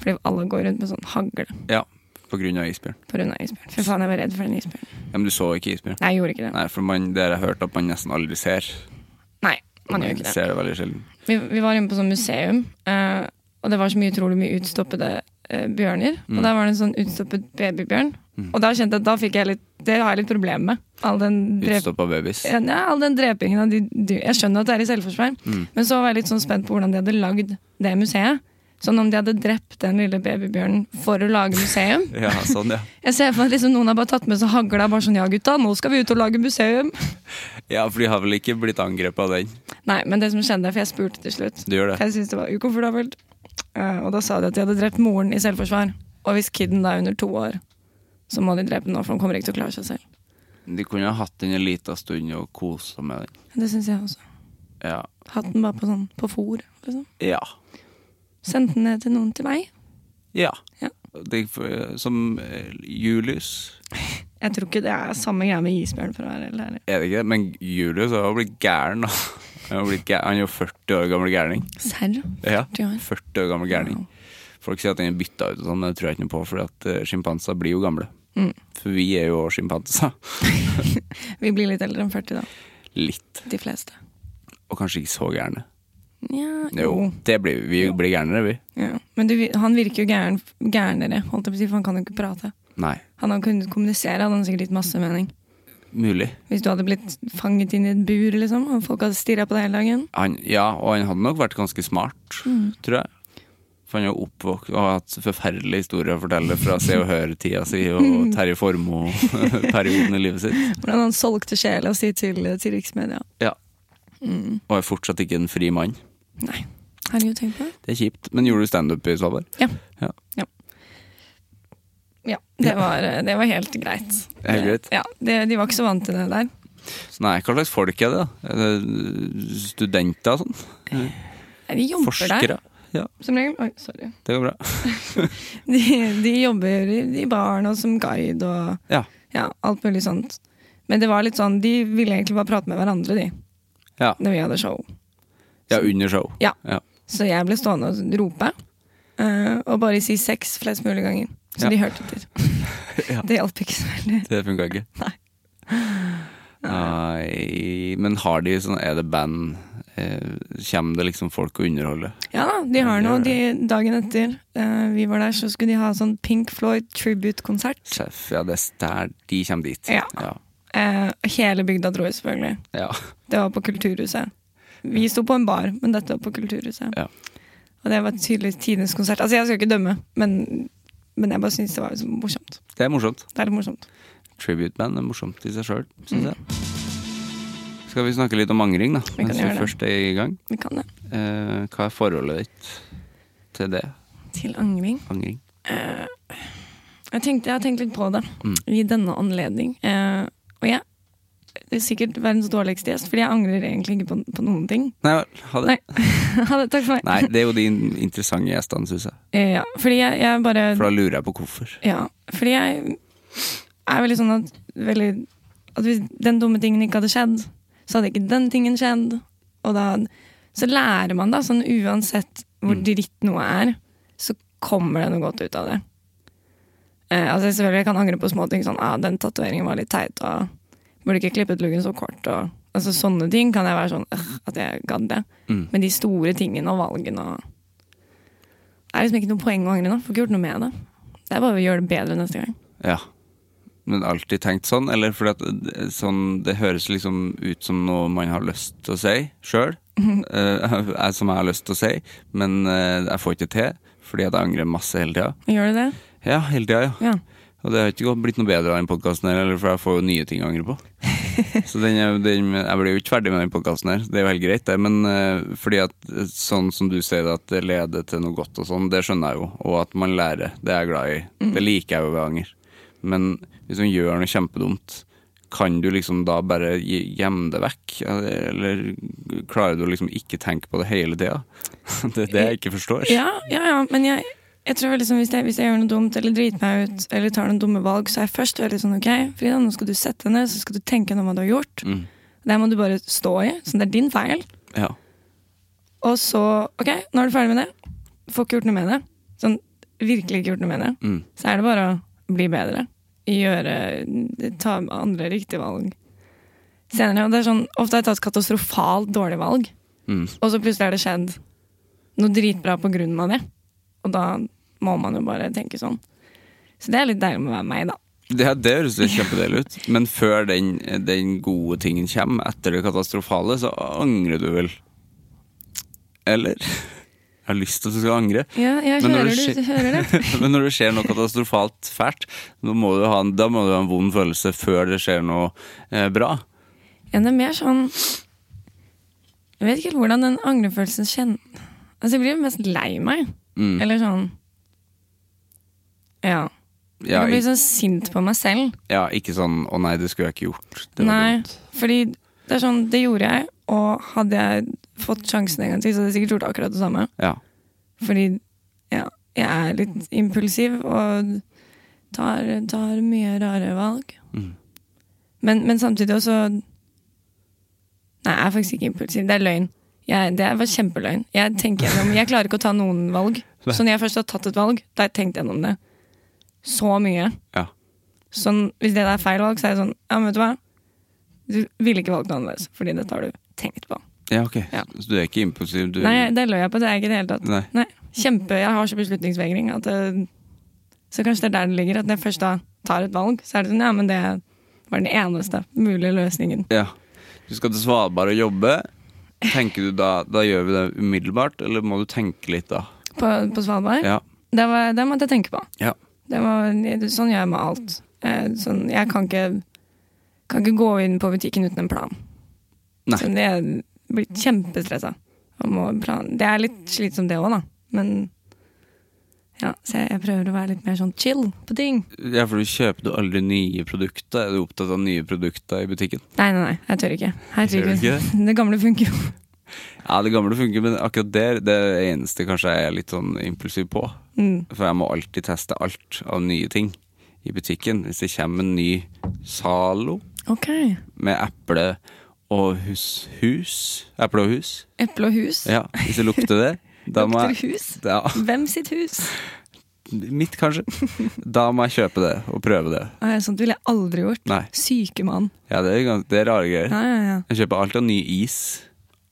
[SPEAKER 5] Fordi alle går rundt med sånn hagle
[SPEAKER 4] Ja, på grunn av isbjørn.
[SPEAKER 5] pga. isbjørn. Fy faen, jeg var redd for den isbjørnen.
[SPEAKER 4] Ja, men du så ikke isbjørn?
[SPEAKER 5] Nei, jeg gjorde ikke det. Nei,
[SPEAKER 4] Nei, for man, det har jeg hørt at man nesten aldri ser.
[SPEAKER 5] man gjør ikke det.
[SPEAKER 4] Ser det veldig sjelden.
[SPEAKER 5] Vi, vi var inne på sånn museum, eh, og det var så mye utrolig mye utstoppede eh, bjørner. Og der var det en sånn utstoppet babybjørn. Og da kjente jeg at da fikk jeg litt Det har jeg litt problemer med. All den, drep
[SPEAKER 4] Utstoppa babies.
[SPEAKER 5] ja, all den drepingen av de dyr. Jeg skjønner at det er i selvforsvar,
[SPEAKER 4] Mm.
[SPEAKER 5] men så var jeg litt sånn spent på hvordan de hadde lagd det museet. Sånn om de hadde drept den lille babybjørnen for å lage museum.
[SPEAKER 4] Ja, sånn, ja.
[SPEAKER 5] Jeg ser for meg at liksom noen har bare tatt med seg hagla. Bare sånn, ja gutta, nå skal vi ut og lage museum.
[SPEAKER 4] Ja, for de har vel ikke blitt angrepet av den.
[SPEAKER 5] Nei, men det som skjedde, for jeg spurte til slutt.
[SPEAKER 4] Du gjør det.
[SPEAKER 5] For jeg syntes det var ukomfortabelt. Eh, og da sa de at de hadde drept moren i selvforsvar. Og hvis kiden da er under to år, så må de drepe den nå, for han kommer ikke til å klare seg selv.
[SPEAKER 4] De kunne ha hatt den en liten stund og kosa seg med den.
[SPEAKER 5] Det syns jeg også.
[SPEAKER 4] Ja.
[SPEAKER 5] Hatt den bare på sånn på fôr, liksom.
[SPEAKER 4] Ja.
[SPEAKER 5] Sendt den ned til noen til meg.
[SPEAKER 4] ja.
[SPEAKER 5] Ja.
[SPEAKER 4] Det, som eh, Julius
[SPEAKER 5] Jeg tror ikke det er samme greia med isbjørn, for å være helt ærlig.
[SPEAKER 4] Er det ikke det? Men Julius har jo blitt gæren. da. Han har blitt gæ- han er jo 40 år gammel gærning.
[SPEAKER 5] Serr?
[SPEAKER 4] Ja,
[SPEAKER 5] 40 år.
[SPEAKER 4] 40 år gammel gærning. Folk sier at den er bytta ut og sånn, men det tror jeg ikke noe på, for at eh, sjimpanser blir jo gamle. For vi er jo sjimpanser.
[SPEAKER 5] Vi blir litt eldre enn 40, da.
[SPEAKER 4] Litt.
[SPEAKER 5] De fleste.
[SPEAKER 4] Og kanskje ikke så gærne.
[SPEAKER 5] Nja,
[SPEAKER 4] Jo,
[SPEAKER 5] jo.
[SPEAKER 4] det blir vi. Vi blir gærnere, vi.
[SPEAKER 5] Ja. Men du, han virker jo gæren, gærnere, holdt jeg på å si, for han kan jo ikke prate.
[SPEAKER 4] Nei.
[SPEAKER 5] Han hadde kunnet kommunisere, hadde han sikkert gitt masse mening.
[SPEAKER 4] Mulig.
[SPEAKER 5] Hvis du hadde blitt fanget inn i et bur, liksom, og folk hadde stirra på deg hele dagen.
[SPEAKER 4] Han, ja, og han hadde nok vært ganske smart, tror jeg. For han er jo oppvokst og har hatt forferdelige historier å fortelle fra Se og Hør-tida si og Terje Formoe-perioden i livet sitt.
[SPEAKER 5] Hvordan han solgte sjela si til, til riksmedia.
[SPEAKER 4] Ja.
[SPEAKER 5] Mm.
[SPEAKER 4] Og er fortsatt ikke en fri mann.
[SPEAKER 5] Nei. Herregud, tenk på det.
[SPEAKER 4] Det er kjipt. Men gjorde du standup i Svalbard?
[SPEAKER 5] Ja.
[SPEAKER 4] Ja.
[SPEAKER 5] Ja, det var, eh, det var helt greit.
[SPEAKER 4] Helt greit.
[SPEAKER 5] Ja, det, De var ikke så vant til det der.
[SPEAKER 4] Så nei, hva slags folk er det, da? Er det studenter og sånn?
[SPEAKER 5] Nei, De jobber
[SPEAKER 4] Forskere? Ja,
[SPEAKER 5] der, som regel. Oi, sorry.
[SPEAKER 4] det går bra.
[SPEAKER 5] De, de jobber i, i baren og som guide og
[SPEAKER 4] Ja.
[SPEAKER 5] ja, alt mulig sånt. Men det var litt sånn, de ville egentlig bare prate med hverandre, de,
[SPEAKER 4] Ja,
[SPEAKER 5] når vi hadde show.
[SPEAKER 4] ja under show.
[SPEAKER 5] Ja.
[SPEAKER 4] Ja.
[SPEAKER 5] Så jeg ble stående og rope. eh, og bare si sex flest mulig ganger. Så
[SPEAKER 4] Ja.
[SPEAKER 5] de hørte etter.
[SPEAKER 4] Ja.
[SPEAKER 5] Det hjalp ikke så veldig.
[SPEAKER 4] Det funka ikke.
[SPEAKER 5] Nei.
[SPEAKER 4] Nei, men har de sånn Er det band? Eh, kommer det liksom folk å underholde?
[SPEAKER 5] Ja da, de har noe. De, dagen etter eh, vi var der, så skulle de ha sånn Pink Floyd tribute-konsert.
[SPEAKER 4] Seff, ja, det er der de kommer dit.
[SPEAKER 5] Ja.
[SPEAKER 4] Ja.
[SPEAKER 5] Eh, og hele bygda dro jo selvfølgelig.
[SPEAKER 4] ja.
[SPEAKER 5] Det var på Kulturhuset. Vi sto på en bar, men dette var på Kulturhuset.
[SPEAKER 4] Ja.
[SPEAKER 5] Og det var tydeligvis tidenes konsert. Altså, jeg skal ikke dømme, men, men jeg bare syns det var liksom morsomt.
[SPEAKER 4] Det er morsomt.
[SPEAKER 5] Det er litt morsomt.
[SPEAKER 4] Tribute-band er morsomt i seg sjøl, syns jeg. Skal vi snakke litt om angring, da?
[SPEAKER 5] Mm. kan
[SPEAKER 4] Mens
[SPEAKER 5] gjøre
[SPEAKER 4] vi
[SPEAKER 5] det.
[SPEAKER 4] først er i gang.
[SPEAKER 5] Vi kan det.
[SPEAKER 4] Eh, hva er forholdet ditt til det?
[SPEAKER 5] Til angring.
[SPEAKER 4] Angring?
[SPEAKER 5] Jeg, tenkte, jeg har tenkt litt på det
[SPEAKER 4] Mm.
[SPEAKER 5] i denne anledning. Eh, og jeg det er sikkert verdens dårligste gjest, fordi jeg angrer egentlig ikke på, på noen ting.
[SPEAKER 4] Nei vel, ha det.
[SPEAKER 5] Nei. Ha det, takk for meg.
[SPEAKER 4] Nei, det er jo de interessante gjestene, syns jeg.
[SPEAKER 5] Eh, ja, fordi jeg, jeg bare
[SPEAKER 4] For da lurer jeg på hvorfor.
[SPEAKER 5] Ja, fordi jeg er veldig sånn at veldig, At hvis den dumme tingen ikke hadde skjedd, så hadde ikke den tingen skjedd. Og da Så lærer man, da, sånn uansett hvor dritt noe er, så kommer det noe godt ut av det. Eh, altså jeg Selvfølgelig jeg kan angre på småting. Sånn ah, 'Den tatoveringen var litt teit', og 'Burde ikke klippet luggen så kort', og altså Sånne ting kan jeg være sånn «Åh, at jeg gadd det. Men de store tingene og valgene og Det er liksom ikke noe poeng å angre nå. Får ikke gjort noe med det. Det er bare å gjøre det bedre neste gang.
[SPEAKER 4] Ja. Men alltid tenkt sånn, eller fordi at eh, sånn, det høres liksom ut som noe man har lyst til å si sjøl.
[SPEAKER 5] Mm-hmm.
[SPEAKER 4] som jeg har lyst til å si, men eh, jeg får ikke til fordi at jeg angrer masse hele tida.
[SPEAKER 5] Gjør du det?
[SPEAKER 4] Ja, hele tida, ja.
[SPEAKER 5] Ja.
[SPEAKER 4] Og det har ikke gått- blitt noe bedre av den podkasten her, eller, for jeg får jo nye ting å angre på. Så den, er- den, jeg blir jo ikke ferdig med den podkasten her, det er jo helt greit, det. Men eh, fordi at eh, sånn som du sier det, at det leder til noe godt og sånn, det skjønner jeg jo. Og at man lærer, det er jeg glad i.
[SPEAKER 5] Mm.
[SPEAKER 4] Det liker jeg jo ved anger. Men hvis man gjør noe kjempedumt, kan du liksom da bare gj- gjemme det vekk? Eller klarer du å liksom ikke tenke på det hele tida? Det er det jeg ikke forstår.
[SPEAKER 5] Ja, ja, ja. Men jeg, jeg tror liksom hvis jeg, hvis jeg gjør noe dumt eller driter meg ut eller tar noen dumme valg, så er jeg først veldig sånn OK, Frida, nå skal du sette deg ned, så skal du tenke gjennom hva du har gjort.
[SPEAKER 4] Mm.
[SPEAKER 5] Det her må du bare stå i, så det er din feil.
[SPEAKER 4] Ja.
[SPEAKER 5] Og så OK, nå er du ferdig med det. Får ikke gjort noe med det. Sånn virkelig ikke gjort noe med det.
[SPEAKER 4] Mm.
[SPEAKER 5] Så er det bare å bli bedre. Gjøre Ta andre riktige valg. Senere, og det er sånn, Ofte har jeg tatt katastrofalt dårlige valg.
[SPEAKER 4] Mm.
[SPEAKER 5] Og så plutselig har det skjedd noe dritbra på grunn av det. Og da må man jo bare tenke sånn. Så det er litt deilig med å være meg, da.
[SPEAKER 4] Det, det høres jo kjempedeilig ut, men før den, den gode tingen kommer, etter det katastrofale, så angrer du vel? Eller? Jeg har lyst til at du skal angre,
[SPEAKER 5] Ja, jeg
[SPEAKER 4] Men når
[SPEAKER 5] hører,
[SPEAKER 4] det
[SPEAKER 5] du,
[SPEAKER 4] skje-
[SPEAKER 5] hører det.
[SPEAKER 4] men når det skjer noe katastrofalt fælt, da må du ha en, da må du ha en vond følelse før det skjer noe eh, bra.
[SPEAKER 5] Ja, det er mer sånn Jeg vet ikke helt hvordan den angrefølelsen kjenner Altså, jeg blir jo mest lei meg.
[SPEAKER 4] Mm.
[SPEAKER 5] Eller sånn Ja.
[SPEAKER 4] Ja,
[SPEAKER 5] jeg blir
[SPEAKER 4] ik-
[SPEAKER 5] sånn sint på meg selv.
[SPEAKER 4] ja, ikke sånn 'å nei, det skulle jeg ikke gjort'. Det var
[SPEAKER 5] Nei,
[SPEAKER 4] dumt.
[SPEAKER 5] fordi det er sånn, det gjorde jeg, og hadde jeg fått sjansen en gang til, så hadde jeg sikkert gjort akkurat det samme.
[SPEAKER 4] Ja.
[SPEAKER 5] Fordi ja, jeg er litt impulsiv og tar, tar mye rare valg.
[SPEAKER 4] Mm.
[SPEAKER 5] Men, men samtidig også Nei, jeg er faktisk ikke impulsiv. Det er løgn. Jeg, det var kjempeløgn. Jeg tenker gjennom, jeg klarer ikke å ta noen valg. Så når jeg først har tatt et valg, da har jeg tenkt gjennom det så mye.
[SPEAKER 4] Ja.
[SPEAKER 5] Sånn, hvis det er feil valg, så er jeg sånn Ja, men vet du hva? Du ville ikke valgt noe annerledes, fordi dette har du tenkt på.
[SPEAKER 4] ja, ok.
[SPEAKER 5] Ja.
[SPEAKER 4] Så du er ikke impulsiv? Du...
[SPEAKER 5] Nei, det løy jeg på. Det er jeg ikke i det hele tatt.
[SPEAKER 4] Nei.
[SPEAKER 5] Nei, kjempe, jeg har så beslutningsvegring at eh, Så kanskje det er der det ligger, at når jeg først da tar et valg, så er det sånn, ja, men det var den eneste mulige løsningen.
[SPEAKER 4] Ja. Du skal til Svalbard og jobbe. Tenker du da, da gjør vi det umiddelbart, eller må du tenke litt da?
[SPEAKER 5] På, på Svalbard.
[SPEAKER 4] Ja.
[SPEAKER 5] Det, var, det måtte jeg tenke på.
[SPEAKER 4] Ja.
[SPEAKER 5] Det var, sånn gjør jeg med alt. Eh, Sånn, jeg kan ikke, kan ikke gå inn på butikken uten en plan.
[SPEAKER 4] Nei.
[SPEAKER 5] Så det er blitt kjempestressa. Jeg må plan- Det er litt slitsomt det òg, da. Men ja, så jeg, jeg prøver å være litt mer sånn chill på ting.
[SPEAKER 4] Ja, for du kjøper du aldri nye produkter. Er du opptatt av nye produkter i butikken?
[SPEAKER 5] Nei, nei, nei, jeg tør ikke.
[SPEAKER 4] Gjør du
[SPEAKER 5] Herregud.
[SPEAKER 4] ikke
[SPEAKER 5] Det gamle funker jo.
[SPEAKER 4] Ja, det gamle funker, men akkurat der, det er det eneste kanskje jeg er litt sånn impulsiv på.
[SPEAKER 5] Mm.
[SPEAKER 4] For jeg må alltid teste alt av nye ting i butikken. Hvis det kommer en ny Zalo
[SPEAKER 5] Ok.
[SPEAKER 4] med eple og hus, hus Eple og hus.
[SPEAKER 5] Eple og hus.
[SPEAKER 4] Ja, hvis det lukter det. Da må
[SPEAKER 5] Doktor
[SPEAKER 4] jeg
[SPEAKER 5] Hus.
[SPEAKER 4] ja,
[SPEAKER 5] Hvem sitt hus?
[SPEAKER 4] Mitt, kanskje. Da må jeg kjøpe det og prøve det.
[SPEAKER 5] Nei, sånt ville jeg aldri gjort.
[SPEAKER 4] Nei.
[SPEAKER 5] Syke mann.
[SPEAKER 4] Ja, det er, gans- det er rare greier.
[SPEAKER 5] Ja, ja, ja.
[SPEAKER 4] Jeg kjøper alt av ny is.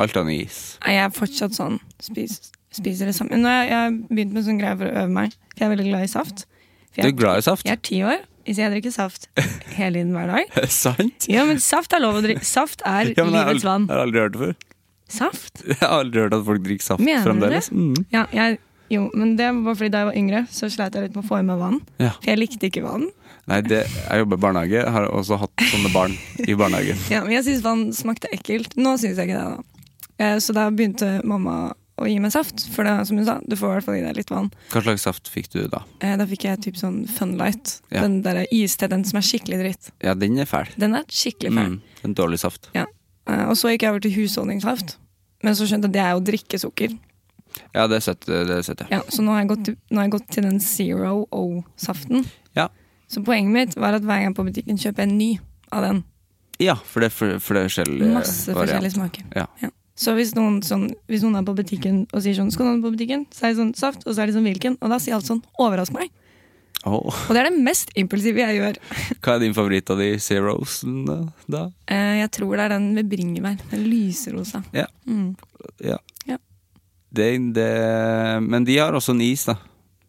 [SPEAKER 4] Alt av ny is.
[SPEAKER 5] Nei, jeg er fortsatt sånn spis, spiser det sammen. Nå har jeg- jeg har begynt med sånn greier for å øve meg. For jeg er veldig glad i saft.
[SPEAKER 4] Du
[SPEAKER 5] For
[SPEAKER 4] er
[SPEAKER 5] jeg,
[SPEAKER 4] glad i saft?
[SPEAKER 5] jeg er ti år, hvis jeg drikker saft hele tiden hver dag.
[SPEAKER 4] Er det sant?
[SPEAKER 5] Ja, men saft er lov å drikke. Saft er
[SPEAKER 4] Ja, men jeg har
[SPEAKER 5] livets
[SPEAKER 4] aldri,
[SPEAKER 5] vann.
[SPEAKER 4] jeg har aldri hørt det før.
[SPEAKER 5] Saft?
[SPEAKER 4] Jeg har aldri hørt at folk drikker saft
[SPEAKER 5] Mener du
[SPEAKER 4] fremdeles.
[SPEAKER 5] det?
[SPEAKER 4] Mm.
[SPEAKER 5] Ja, jeg, jo, men det var bare fordi da jeg var yngre, så sleit jeg litt med å få i meg vann.
[SPEAKER 4] Ja.
[SPEAKER 5] For jeg likte ikke vann.
[SPEAKER 4] Nei, det, jeg jobber i barnehage, jeg har også hatt sånne barn i barnehagen.
[SPEAKER 5] Ja, men jeg syntes vann smakte ekkelt. Nå syns jeg ikke det, da. Eh, Så da begynte mamma å gi meg saft. For det, som hun sa, du får i hvert fall i deg litt vann.
[SPEAKER 4] Hva slags saft fikk du da?
[SPEAKER 5] Eh, Da fikk jeg typ sånn Funlight.
[SPEAKER 4] Ja.
[SPEAKER 5] Den der iste, den som er skikkelig dritt.
[SPEAKER 4] Ja, den er fæl.
[SPEAKER 5] Den er skikkelig fæl.
[SPEAKER 4] Mm, en dårlig saft.
[SPEAKER 5] Ja. Eh, Og så gikk jeg over til husholdningssaft. Men så skjønte jeg at det er jo drikkesukker.
[SPEAKER 4] Ja, det er søtt, det er søtt, ja.
[SPEAKER 5] Ja, så nå har jeg gått til, nå har jeg gått til den Zero O-saften.
[SPEAKER 4] Ja.
[SPEAKER 5] Så poenget mitt var at hver gang på butikken kjøper jeg en ny av den.
[SPEAKER 4] ja, for det er for, for det er forskjellige
[SPEAKER 5] Masse
[SPEAKER 4] variant.
[SPEAKER 5] forskjellige smaker.
[SPEAKER 4] Ja.
[SPEAKER 5] Ja. Så hvis noen, sånn, hvis noen er på butikken og sier sånn 'Skal du ha den på butikken?' så er det sånn saft, og så er det sånn hvilken. Og da sier alt sånn 'Overrask meg'.
[SPEAKER 4] Åh,
[SPEAKER 5] Og det er det mest impulsive jeg gjør.
[SPEAKER 4] hva er din favoritt av de zerosene da?
[SPEAKER 5] Eh, jeg tror det er den med bringebær. Den lyserosa.
[SPEAKER 4] Ja. ja.
[SPEAKER 5] Mm. Ja.
[SPEAKER 4] Det, det, men de har også en is, da.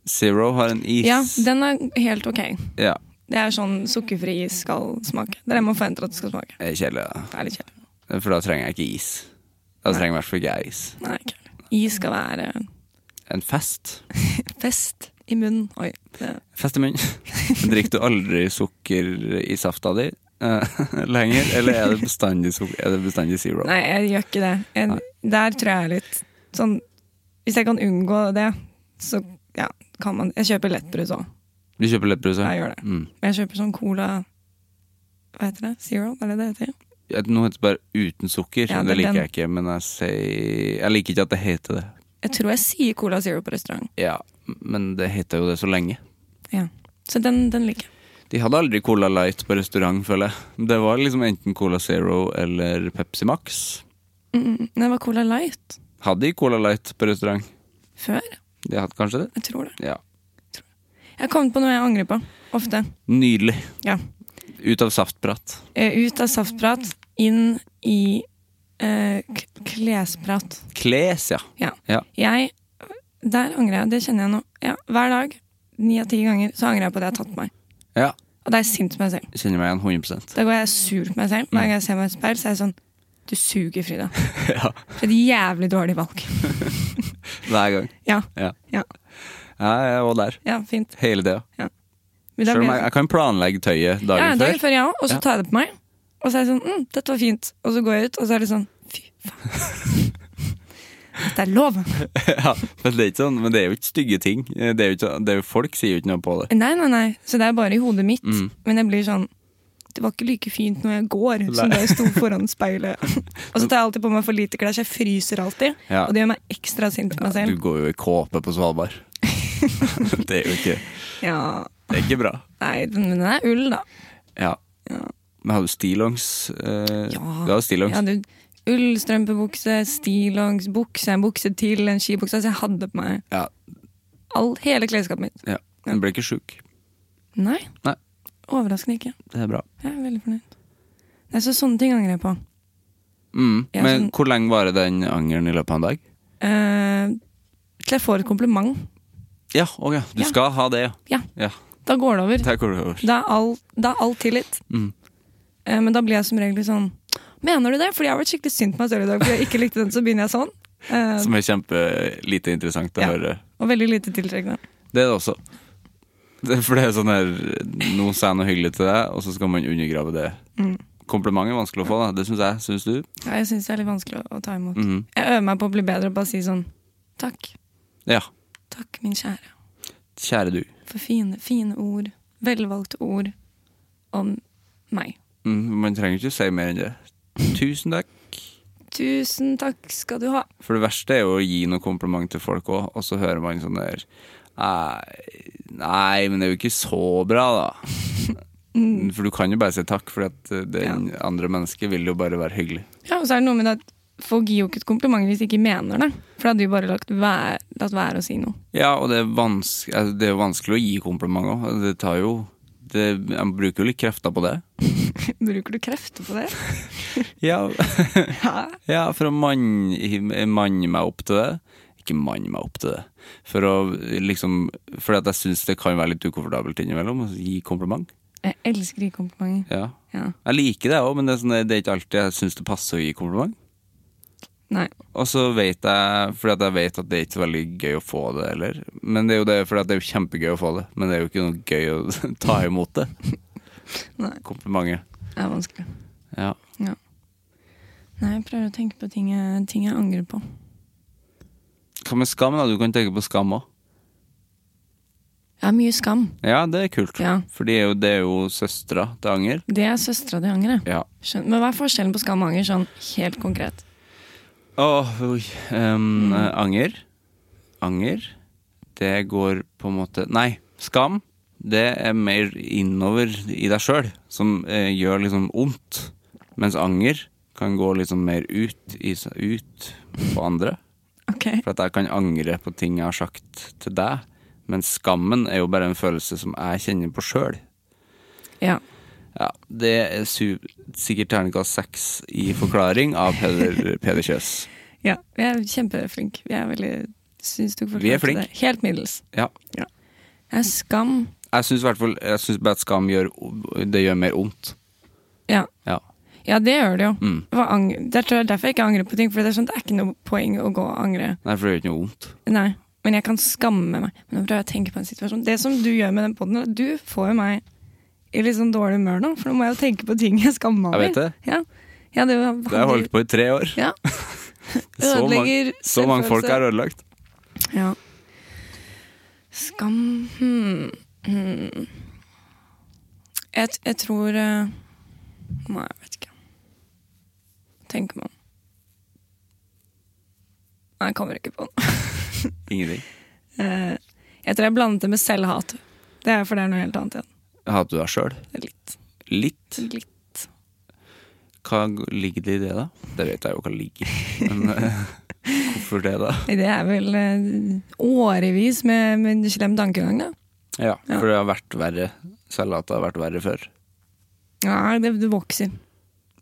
[SPEAKER 4] Zero har en is.
[SPEAKER 5] Ja, den er helt ok.
[SPEAKER 4] Ja,
[SPEAKER 5] Det er sånn sukkerfri is skal smake. Det er det man forventer at det skal smake.
[SPEAKER 4] det er kjedelig, da.
[SPEAKER 5] Det er litt kjedelig.
[SPEAKER 4] For da trenger jeg ikke is. Da trenger jeg i hvert fall ikke jeg is.
[SPEAKER 5] Nei, ikke heller. Is skal være
[SPEAKER 4] En fest.
[SPEAKER 5] fest i munnen. Oi. Det.
[SPEAKER 4] Fest i munnen. Drikker du aldri sukker i safta di eh, lenger? Eller er det bestandig, sukker, er det bestandig zero?
[SPEAKER 5] Nei, jeg gjør ikke det. Jeg, der tror jeg er litt sånn Hvis jeg kan unngå det, så ja, kan man Jeg kjøper lettbrus òg.
[SPEAKER 4] Du kjøper lettbrus? ja?
[SPEAKER 5] Jeg gjør det.
[SPEAKER 4] Mm.
[SPEAKER 5] Men jeg kjøper sånn cola Hva heter det? Zero? Er det det heter?
[SPEAKER 4] Ja, Nå heter det bare uten sukker.
[SPEAKER 5] Ja,
[SPEAKER 4] det,
[SPEAKER 5] det er
[SPEAKER 4] liker
[SPEAKER 5] den.
[SPEAKER 4] jeg ikke, men jeg, sier, jeg liker ikke at det heter det.
[SPEAKER 5] Jeg tror jeg sier Cola Zero på restaurant.
[SPEAKER 4] Ja, Men det heter jo det så lenge.
[SPEAKER 5] Ja. Så den, den liker jeg.
[SPEAKER 4] De hadde aldri Cola Light på restaurant, føler jeg. Det var liksom enten Cola Zero eller Pepsi Max.
[SPEAKER 5] Mm, men det var Cola Light
[SPEAKER 4] Hadde de Cola Light på restaurant?
[SPEAKER 5] før.
[SPEAKER 4] De hadde kanskje det?
[SPEAKER 5] Jeg tror det.
[SPEAKER 4] Ja.
[SPEAKER 5] Jeg kom på noe jeg angrer på. Ofte.
[SPEAKER 4] Nydelig.
[SPEAKER 5] Ja.
[SPEAKER 4] Ut av saftprat.
[SPEAKER 5] Eh, Ut av saftprat, inn i eh, k- klesprat.
[SPEAKER 4] Kles, ja.
[SPEAKER 5] Ja.
[SPEAKER 4] Ja.
[SPEAKER 5] Jeg, der angrer jeg, det kjenner jeg nå. Ja, hver dag, ni av ti ganger, så angrer jeg på det jeg har tatt på meg.
[SPEAKER 4] ja.
[SPEAKER 5] Og da er jeg sint på meg selv.
[SPEAKER 4] Jeg Kjenner meg igjen 100
[SPEAKER 5] Da går jeg sur på meg selv. Hver gang jeg ser meg i et speil, så er jeg sånn Du suger, Frida.
[SPEAKER 4] ja.
[SPEAKER 5] For et jævlig dårlig valg.
[SPEAKER 4] Hver gang.
[SPEAKER 5] Ja.
[SPEAKER 4] Ja.
[SPEAKER 5] Ja,
[SPEAKER 4] Ja, jeg var der.
[SPEAKER 5] ja fint.
[SPEAKER 4] Hele tida.
[SPEAKER 5] Men da
[SPEAKER 4] Selv om
[SPEAKER 5] blir
[SPEAKER 4] jeg, jeg kan planlegge tøyet
[SPEAKER 5] ja,
[SPEAKER 4] dagen
[SPEAKER 5] dagen
[SPEAKER 4] før.
[SPEAKER 5] før, jeg òg, og så
[SPEAKER 4] Ja.
[SPEAKER 5] tar jeg det på meg. Og så er jeg sånn mm, 'Dette var fint.' Og så går jeg ut, og så er det sånn Fy faen. Dette er lov.
[SPEAKER 4] ja, men, det er ikke sånn, men det er jo ikke stygge ting. Det er jo ikke, det er jo, folk sier jo ikke noe på det.
[SPEAKER 5] Nei, nei, nei. Så det er bare i hodet mitt.
[SPEAKER 4] Mm.
[SPEAKER 5] Men jeg blir sånn Det var ikke like fint når jeg går som da jeg sto foran speilet. og så tar jeg alltid på meg for lite klær, så jeg fryser alltid.
[SPEAKER 4] Ja.
[SPEAKER 5] Og det gjør meg ekstra sint på meg
[SPEAKER 4] Du
[SPEAKER 5] selv.
[SPEAKER 4] går jo i kåpe på Svalbard. det er jo ikke,
[SPEAKER 5] Ja,
[SPEAKER 4] det er ikke bra.
[SPEAKER 5] Nei, den, den er ull, da.
[SPEAKER 4] Ja. Men har du stillongs? Eh,
[SPEAKER 5] Ja.
[SPEAKER 4] Du har stillongs.
[SPEAKER 5] Jeg hadde ull, strømpebukse, stillongs, bukse, en bukse til, en skibukse. Altså, jeg hadde på meg
[SPEAKER 4] Ja.
[SPEAKER 5] all, hele klesskapet mitt.
[SPEAKER 4] ja. Du ble ikke sjuk.
[SPEAKER 5] Nei,
[SPEAKER 4] Nei,
[SPEAKER 5] overraskende ikke.
[SPEAKER 4] det er bra.
[SPEAKER 5] Jeg er veldig fornøyd. Nei, så sånne ting angrer jeg på.
[SPEAKER 4] Mm.
[SPEAKER 5] Ja,
[SPEAKER 4] Men
[SPEAKER 5] sånn-
[SPEAKER 4] hvor lenge varer den angeren i løpet av en dag?
[SPEAKER 5] Eh, til jeg får et kompliment.
[SPEAKER 4] Ja, ok. Du
[SPEAKER 5] Ja.
[SPEAKER 4] skal ha det, ja.
[SPEAKER 5] Ja,
[SPEAKER 4] ja.
[SPEAKER 5] da går det over.
[SPEAKER 4] Der går det over.
[SPEAKER 5] Da er all, da er all tillit. Eh, men da blir jeg som regel sånn Mener du det? Fordi jeg har vært skikkelig synd på meg selv i dag. Fordi jeg ikke likte den, så begynner jeg sånn. Eh,
[SPEAKER 4] Som er kjempelite interessant å
[SPEAKER 5] Ja.
[SPEAKER 4] høre.
[SPEAKER 5] og veldig lite tiltrekkende.
[SPEAKER 4] Det er det også. Det, for det er sånn her Nå sa jeg noe hyggelig til deg, og så skal man undergrave det.
[SPEAKER 5] Mm.
[SPEAKER 4] Kompliment er vanskelig å få, da. Det syns jeg. Syns du?
[SPEAKER 5] Ja, jeg syns det er litt vanskelig å, å ta imot.
[SPEAKER 4] Mhm.
[SPEAKER 5] Jeg øver meg på å bli bedre og bare si sånn Takk.
[SPEAKER 4] Ja.
[SPEAKER 5] Takk, min kjære,
[SPEAKER 4] Kjære du.
[SPEAKER 5] for fine, fine ord. Velvalgte ord om meg.
[SPEAKER 4] Mm, man trenger ikke å si mer enn det. Tusen takk.
[SPEAKER 5] Tusen takk skal du ha.
[SPEAKER 4] For det verste er jo å gi noe kompliment til folk òg, og så hører man sånn der «Nei, Nei, men det er jo ikke så bra, da. For du kan jo bare si takk, for eh, det andre mennesket vil jo bare være hyggelig.
[SPEAKER 5] Ja, og så er det noe med det at folk gir jo ikke et kompliment hvis de ikke mener det. For da hadde du bare lagt være latt være å si noe.
[SPEAKER 4] Ja, og det er, vanskelig, altså, det er jo vanskelig å gi komplimenter. Det tar jo det, Jeg bruker jo litt krefter på det.
[SPEAKER 5] Bruker du krefter på det?
[SPEAKER 4] Ja,
[SPEAKER 5] Hæ?
[SPEAKER 4] ja for å manne mann meg opp til det. Ikke manne meg opp til det. For å liksom Fordi at jeg syns det kan være litt ukomfortabelt innimellom å gi kompliment.
[SPEAKER 5] Jeg elsker ikke komplimenter.
[SPEAKER 4] Ja.
[SPEAKER 5] Ja.
[SPEAKER 4] Jeg liker det òg, men det er, sånn, det er ikke alltid jeg syns det passer å gi kompliment.
[SPEAKER 5] Nei.
[SPEAKER 4] Og så vet jeg Fordi at jeg vet at det er ikke så veldig gøy å få det heller. Men det er jo det, fordi at det er jo kjempegøy å få det, men det er jo ikke noe gøy å ta imot det.
[SPEAKER 5] Nei.
[SPEAKER 4] Komplimentet.
[SPEAKER 5] Det er vanskelig.
[SPEAKER 4] Ja.
[SPEAKER 5] Ja. Nei, jeg prøver å tenke på ting jeg, ting jeg angrer på.
[SPEAKER 4] Hva med skam, da? Du kan tenke på skam òg.
[SPEAKER 5] Jeg har mye skam.
[SPEAKER 4] Ja, det er kult.
[SPEAKER 5] Ja.
[SPEAKER 4] For det er jo, det er jo søstera til anger.
[SPEAKER 5] Det er søstera di angrer.
[SPEAKER 4] Ja.
[SPEAKER 5] Skjønner- Men hva er forskjellen på skam og anger, sånn helt konkret?
[SPEAKER 4] Åh, oi. Em, eh, anger. Anger. Det går på en måte Nei, skam. Det er mer innover i deg sjøl, som eh, gjør liksom vondt. Mens anger kan gå liksom mer ut, i, s- ut på andre.
[SPEAKER 5] Ok.
[SPEAKER 4] For at jeg kan angre på ting jeg har sagt til deg. Men skammen er jo bare en følelse som jeg kjenner på sjøl.
[SPEAKER 5] Ja.
[SPEAKER 4] Ja, det er su sikkert terningkast seks i forklaring av Peder, Peder Kjøs.
[SPEAKER 5] ja. Vi er kjempeflinke. Vi er veldig Syns du
[SPEAKER 4] Vi er flink.
[SPEAKER 5] forklarte det Helt middels.
[SPEAKER 4] Ja.
[SPEAKER 5] Jeg har skam.
[SPEAKER 4] Jeg syns i hvert fall Jeg synes bare at skam gjør Det gjør mer vondt.
[SPEAKER 5] Ja.
[SPEAKER 4] Ja.
[SPEAKER 5] Ja, det gjør det jo.
[SPEAKER 4] Mm.
[SPEAKER 5] Det var ang- Det er tror jeg derfor jeg ikke angrer på ting, for det er, sånn, det er ikke noe poeng å gå og angre.
[SPEAKER 4] Nei, for det gjør ikke noe vondt.
[SPEAKER 5] Nei, men jeg kan skamme meg. Men nå prøver jeg å tenke på en situasjon. Det som du gjør med den podden, er at du får jo meg i litt sånn dårlig humør nå, for nå må jeg jo tenke på ting jeg skammer meg
[SPEAKER 4] Jeg vet det.
[SPEAKER 5] Ja. Ja, det var,
[SPEAKER 4] Det har jeg holdt på i tre år.
[SPEAKER 5] Ja.
[SPEAKER 4] Så mange,
[SPEAKER 5] Ødelegger
[SPEAKER 4] så mange folk
[SPEAKER 5] selvfølelse.
[SPEAKER 4] er ødelagt.
[SPEAKER 5] Ja. Skam hmm. Hmm. Jeg, t- jeg tror eh, Nei, jeg vet ikke. Tenker man. Nei, jeg kommer ikke på noe.
[SPEAKER 4] Ingenting.
[SPEAKER 5] Eh, jeg tror jeg blandet det med selvhat. Det er for det er noe helt annet igjen.
[SPEAKER 4] Hater du deg sjøl?
[SPEAKER 5] Det er Litt.
[SPEAKER 4] Litt.
[SPEAKER 5] Litt.
[SPEAKER 4] Hva ligger det i det, da? Det vet jeg jo hva ligger i, men eh, hvorfor det, da?
[SPEAKER 5] Det er vel eh, årevis med, med slem tankegang, da.
[SPEAKER 4] Ja, for det har vært verre. Selvhatet har vært verre før.
[SPEAKER 5] Ja, det, det vokser.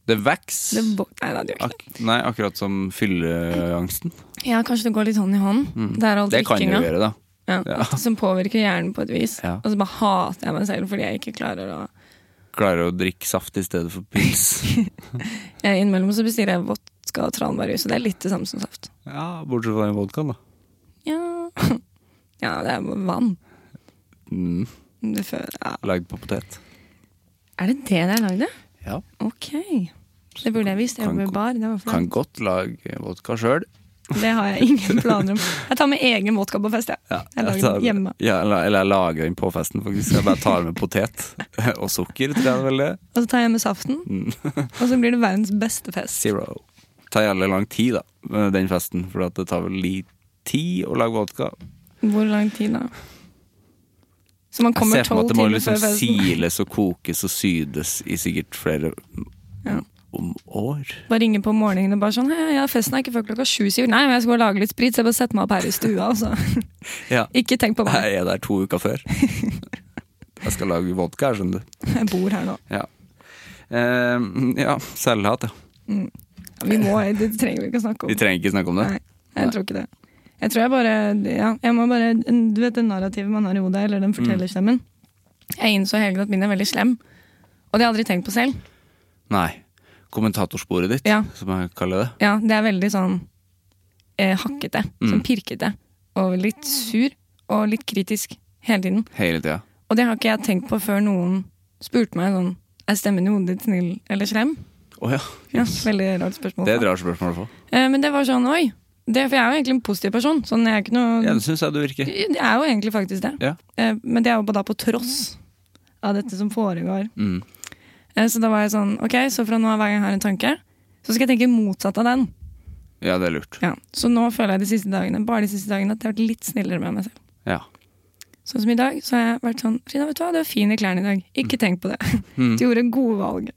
[SPEAKER 4] Det vokser.
[SPEAKER 5] Det vok nei, nei, det gjør ikke det.
[SPEAKER 4] Ak nei, akkurat som fylleangsten.
[SPEAKER 5] Ja, kanskje det går litt hånd i hånd. Det er all
[SPEAKER 4] Mm. Det kan du
[SPEAKER 5] drikkinga.
[SPEAKER 4] gjøre, da.
[SPEAKER 5] Ja,
[SPEAKER 4] Ja.
[SPEAKER 5] alt Som påvirker hjernen på et vis.
[SPEAKER 4] Ja.
[SPEAKER 5] Og så bare hater jeg meg selv fordi jeg ikke klarer å
[SPEAKER 4] Klarer å drikke saft i stedet for pils.
[SPEAKER 5] jeg, Innimellom så bestiller jeg vodka og tranbærjus, og det er litt det samme som saft.
[SPEAKER 4] ja, bortsett fra den vodkaen, da.
[SPEAKER 5] Ja, ja det er vann.
[SPEAKER 4] Mm,
[SPEAKER 5] Det fø- ja.
[SPEAKER 4] Lagd på potet.
[SPEAKER 5] Er det det dere lagde?
[SPEAKER 4] Ja.
[SPEAKER 5] Ok. Det burde jeg visst. Jeg
[SPEAKER 4] Kan
[SPEAKER 5] jobber i
[SPEAKER 4] gå-
[SPEAKER 5] bar. Det, var
[SPEAKER 4] Kan
[SPEAKER 5] flaut.
[SPEAKER 4] godt lage vodka sjøl.
[SPEAKER 5] det har jeg ingen planer om. Jeg tar med egen vodka på fest, jeg. jeg lager den hjemme.
[SPEAKER 4] Ja, eller eller jeg lager den på festen, faktisk. Jeg bare tar med potet og sukker, tror jeg vel det.
[SPEAKER 5] Og så tar jeg med saften,
[SPEAKER 4] Mm.
[SPEAKER 5] og så blir det verdens beste fest.
[SPEAKER 4] Zero. Tar jævlig lang tid, da, den festen. For at det tar vel litt tid å lage vodka.
[SPEAKER 5] Hvor lang tid da? Så man kommer
[SPEAKER 4] jeg ser for meg
[SPEAKER 5] tolv
[SPEAKER 4] at det må
[SPEAKER 5] timer
[SPEAKER 4] liksom
[SPEAKER 5] før festen.
[SPEAKER 4] siles og kokes og sydes i sikkert flere
[SPEAKER 5] Ja.
[SPEAKER 4] om år.
[SPEAKER 5] Bare ringer på morgenen og bare sånn «Hei, ja, 'Festen er ikke før klokka sju', sier hun. 'Nei, men jeg skal bare lage litt sprit, så jeg bare setter meg opp her i stua', altså.
[SPEAKER 4] Ja.
[SPEAKER 5] Ikke tenk på meg,
[SPEAKER 4] Jeg er der to uker før. Jeg skal lage vodka her, skjønner du.
[SPEAKER 5] jeg bor her nå.
[SPEAKER 4] Ja, eh, ja selvhat, ja.
[SPEAKER 5] Vi må, Det trenger vi ikke å snakke om.
[SPEAKER 4] Vi trenger ikke snakke om det.
[SPEAKER 5] Nei, jeg tror ikke det. Jeg tror jeg bare Ja, jeg må bare Du vet det narrativet man har i hodet, eller den fortellerstemmen? Jeg innså i helgen at min er veldig slem. Og det har jeg aldri tenkt på selv.
[SPEAKER 4] Nei. Kommentatorsporet ditt,
[SPEAKER 5] Ja.
[SPEAKER 4] som jeg kaller det.
[SPEAKER 5] Ja, det er veldig sånn eh, hakkete. Sånn pirkete. Og litt sur. Og litt kritisk hele tiden.
[SPEAKER 4] Hele tida.
[SPEAKER 5] Og det har ikke jeg tenkt på før noen spurte meg sånn Er stemmen i hodet ditt snill eller slem?
[SPEAKER 4] Å ja.
[SPEAKER 5] Ja, veldig rart spørsmål.
[SPEAKER 4] Det er et rart spørsmål å få.
[SPEAKER 5] Eh, Men det var sånn, oi. Det, for jeg er jo egentlig en positiv person. Sånn, jeg er ikke noe
[SPEAKER 4] Ja, det syns jeg du virker.
[SPEAKER 5] Jeg er jo egentlig faktisk det.
[SPEAKER 4] Ja.
[SPEAKER 5] Eh, Men det er jo bare da på tross av dette som foregår.
[SPEAKER 4] Mm.
[SPEAKER 5] Eh, Så da var jeg sånn, ok, så fra nå av hver gang jeg har en tanke, så skal jeg tenke motsatt av den.
[SPEAKER 4] Ja, det er lurt.
[SPEAKER 5] Ja. Så nå føler jeg de siste dagene, bare de siste dagene, at jeg har vært litt snillere med meg selv.
[SPEAKER 4] Ja.
[SPEAKER 5] Sånn som i dag, så har jeg vært sånn Frida, vet du hva, du er fin i klærne i dag. Ikke tenk på det. Du gjorde gode valg.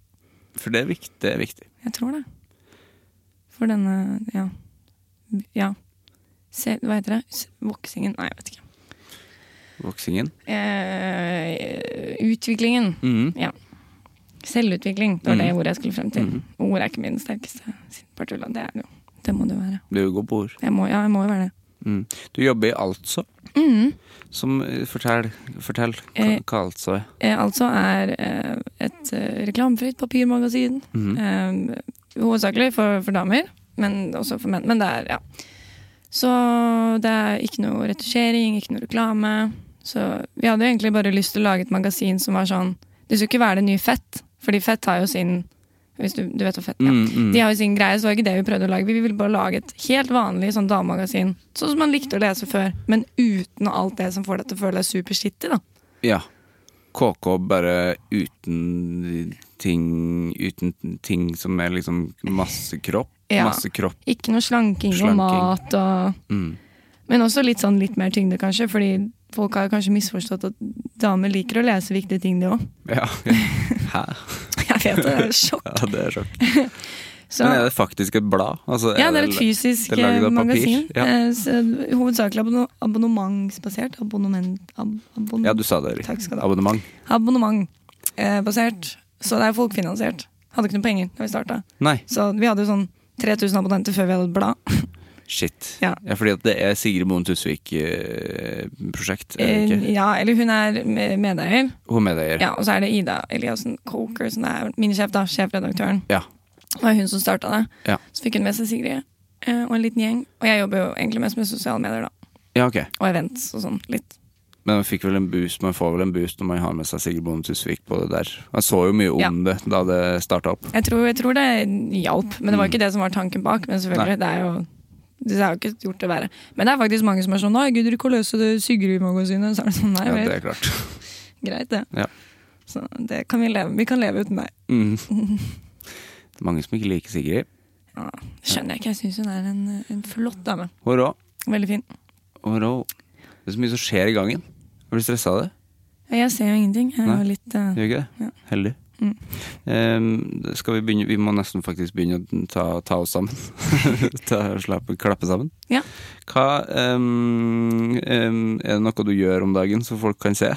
[SPEAKER 4] For det er viktig. Det er viktig.
[SPEAKER 5] Jeg tror det. For denne Ja. ja. se, Hva heter det? S- Voksingen? Nei, jeg vet ikke.
[SPEAKER 4] Voksingen.
[SPEAKER 5] Eh, utviklingen.
[SPEAKER 4] Mhm.
[SPEAKER 5] Ja. Selvutvikling, det var det
[SPEAKER 4] Mhm.
[SPEAKER 5] ordet jeg skulle frem til. Ord er ikke min sterkeste partulla. Det er det jo. Det må det jo være.
[SPEAKER 4] Du er jo god på ord.
[SPEAKER 5] Jeg må, ja, jeg må jo være det.
[SPEAKER 4] Mm. Du jobber i Altså. Som, eh, fortell, fortell hva,
[SPEAKER 5] Mm. Eh.
[SPEAKER 4] hva Altså er.
[SPEAKER 5] Eh, altså er eh, et eh, reklamefritt papirmagasin.
[SPEAKER 4] Mhm.
[SPEAKER 5] eh, hovedsakelig for, for damer, men også for menn. Men det er, ja. Så det er ikke noe retusjering, ikke noe reklame. Så vi hadde jo egentlig bare lyst til å lage et magasin som var sånn Det skulle ikke være det nye fett, fordi fett har jo sin hvis du, du vet hva fett er.
[SPEAKER 4] Mm, mm.
[SPEAKER 5] De har jo sin greie, så det var ikke det vi prøvde å lage. Vi ville bare lage et helt vanlig sånn damemagasin, sånn som man likte å lese før, men uten alt det som får deg til å føle deg supershitty, da.
[SPEAKER 4] Ja. KK bare uten ting Uten ting som er liksom masse kropp.
[SPEAKER 5] Ja.
[SPEAKER 4] Masse kropp.
[SPEAKER 5] Ikke noe slanking,
[SPEAKER 4] Slanking.
[SPEAKER 5] og mat og
[SPEAKER 4] Mm.
[SPEAKER 5] Men også litt sånn litt mer tyngde, kanskje. Fordi folk har kanskje misforstått at damer liker å lese viktige ting, de òg.
[SPEAKER 4] Ja. Hæ?
[SPEAKER 5] Jeg vet det, det er et sjokk.
[SPEAKER 4] Ja, det er sjokk.
[SPEAKER 5] Så,
[SPEAKER 4] Men er det faktisk et blad? Altså,
[SPEAKER 5] ja, det er et fysisk
[SPEAKER 4] det er laget av
[SPEAKER 5] eh, magasin.
[SPEAKER 4] papir, ja.
[SPEAKER 5] eh, så Hovedsakelig abonno abonnementsbasert. Abonnement ab abon
[SPEAKER 4] Ja, du sa det
[SPEAKER 5] Mm. Takk skal
[SPEAKER 4] riktig.
[SPEAKER 5] du ha.
[SPEAKER 4] Abonnement.
[SPEAKER 5] Abonnementbasert. eh, Så det er folkefinansiert. Hadde ikke noe penger da vi starta.
[SPEAKER 4] Nei,
[SPEAKER 5] Så vi hadde jo sånn 3000 abonnenter før vi hadde et blad.
[SPEAKER 4] shit. Ja,
[SPEAKER 5] Ja.
[SPEAKER 4] fordi at det er Sigrid Moen Tusvik-prosjekt.
[SPEAKER 5] Eh, Ja, eller hun er me- medeier.
[SPEAKER 4] Hun er medeier.
[SPEAKER 5] Ja, og så er det Ida Eliassen Coker, som er min sjef, da, sjefredaktøren.
[SPEAKER 4] Ja.
[SPEAKER 5] Det var hun som starta det.
[SPEAKER 4] Ja.
[SPEAKER 5] Så fikk hun med seg Sigrid eh, og en liten gjeng. Og jeg jobber jo egentlig mest med sosiale medier, da.
[SPEAKER 4] ja, ok.
[SPEAKER 5] Og events og sånn. Litt.
[SPEAKER 4] Men man, fikk vel en boost, man får vel en boost når man har med seg Sigrid Bonde Tusvik på det der. Man så jo mye om
[SPEAKER 5] Ja.
[SPEAKER 4] det da det starta opp.
[SPEAKER 5] Jeg tror, jeg tror det hjalp, men det
[SPEAKER 4] Mm.
[SPEAKER 5] var ikke det som var tanken bak. Men selvfølgelig, det er jo det har jo ikke gjort det verre. Men det er faktisk mange som er sånn 'Nei, jeg gidder ikke å løse det Sigrid-magasinet'. Så er det sånn, nei
[SPEAKER 4] Ja,
[SPEAKER 5] vel,
[SPEAKER 4] det er klart.
[SPEAKER 5] greit det.
[SPEAKER 4] Ja.
[SPEAKER 5] Så det kan vi leve Vi kan leve uten deg.
[SPEAKER 4] Mm. Det er Mange som ikke liker Sigrid.
[SPEAKER 5] Ja, skjønner jeg ikke. Jeg syns hun er en, en flott dame.
[SPEAKER 4] Hun er rå.
[SPEAKER 5] Veldig fin.
[SPEAKER 4] Hun er rå. Det er så mye som skjer i gangen. Jeg blir stressa av det.
[SPEAKER 5] Jeg ser jo ingenting. Jeg er
[SPEAKER 4] Nei.
[SPEAKER 5] jo litt eh,
[SPEAKER 4] Gjør ikke det?
[SPEAKER 5] Ja. Mm.
[SPEAKER 4] Heldig. Eh, skal vi, begynne, vi må nesten faktisk begynne å ta, ta oss sammen. ta, slappe, klappe sammen.
[SPEAKER 5] Ja.
[SPEAKER 4] Hva eh, eh, Er det noe du gjør om dagen som folk kan se?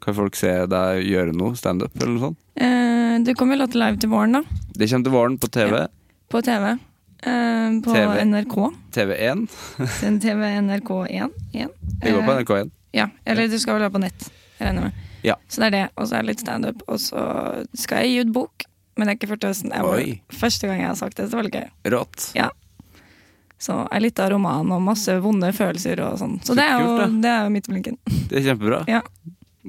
[SPEAKER 4] Kan folk se deg gjøre noe? Standup eller noe sånt?
[SPEAKER 5] Eh, det kommer jo Latter Live til våren, da.
[SPEAKER 4] Det kommer til våren på TV.
[SPEAKER 5] Ja. På TV. Eh, på
[SPEAKER 4] TV.
[SPEAKER 5] NRK.
[SPEAKER 4] TV1.
[SPEAKER 5] Den TV NRK1.
[SPEAKER 4] Det går på NRK1.
[SPEAKER 5] Eh, Ja, eller du skal vel være på nett, jeg regner med.
[SPEAKER 4] Ja.
[SPEAKER 5] Så det er det. Og så er det litt standup. Og så skal jeg gi ut bok, men det er ikke første høsten. Jeg
[SPEAKER 4] Oi.
[SPEAKER 5] var- Første gang jeg har sagt det, så det var litt gøy.
[SPEAKER 4] Rått.
[SPEAKER 5] Ja. Så er litt av roman og masse vonde følelser og sånn. Så det er jo,
[SPEAKER 4] Kult, da.
[SPEAKER 5] det er jo midt i blinken.
[SPEAKER 4] Det er kjempebra.
[SPEAKER 5] Ja.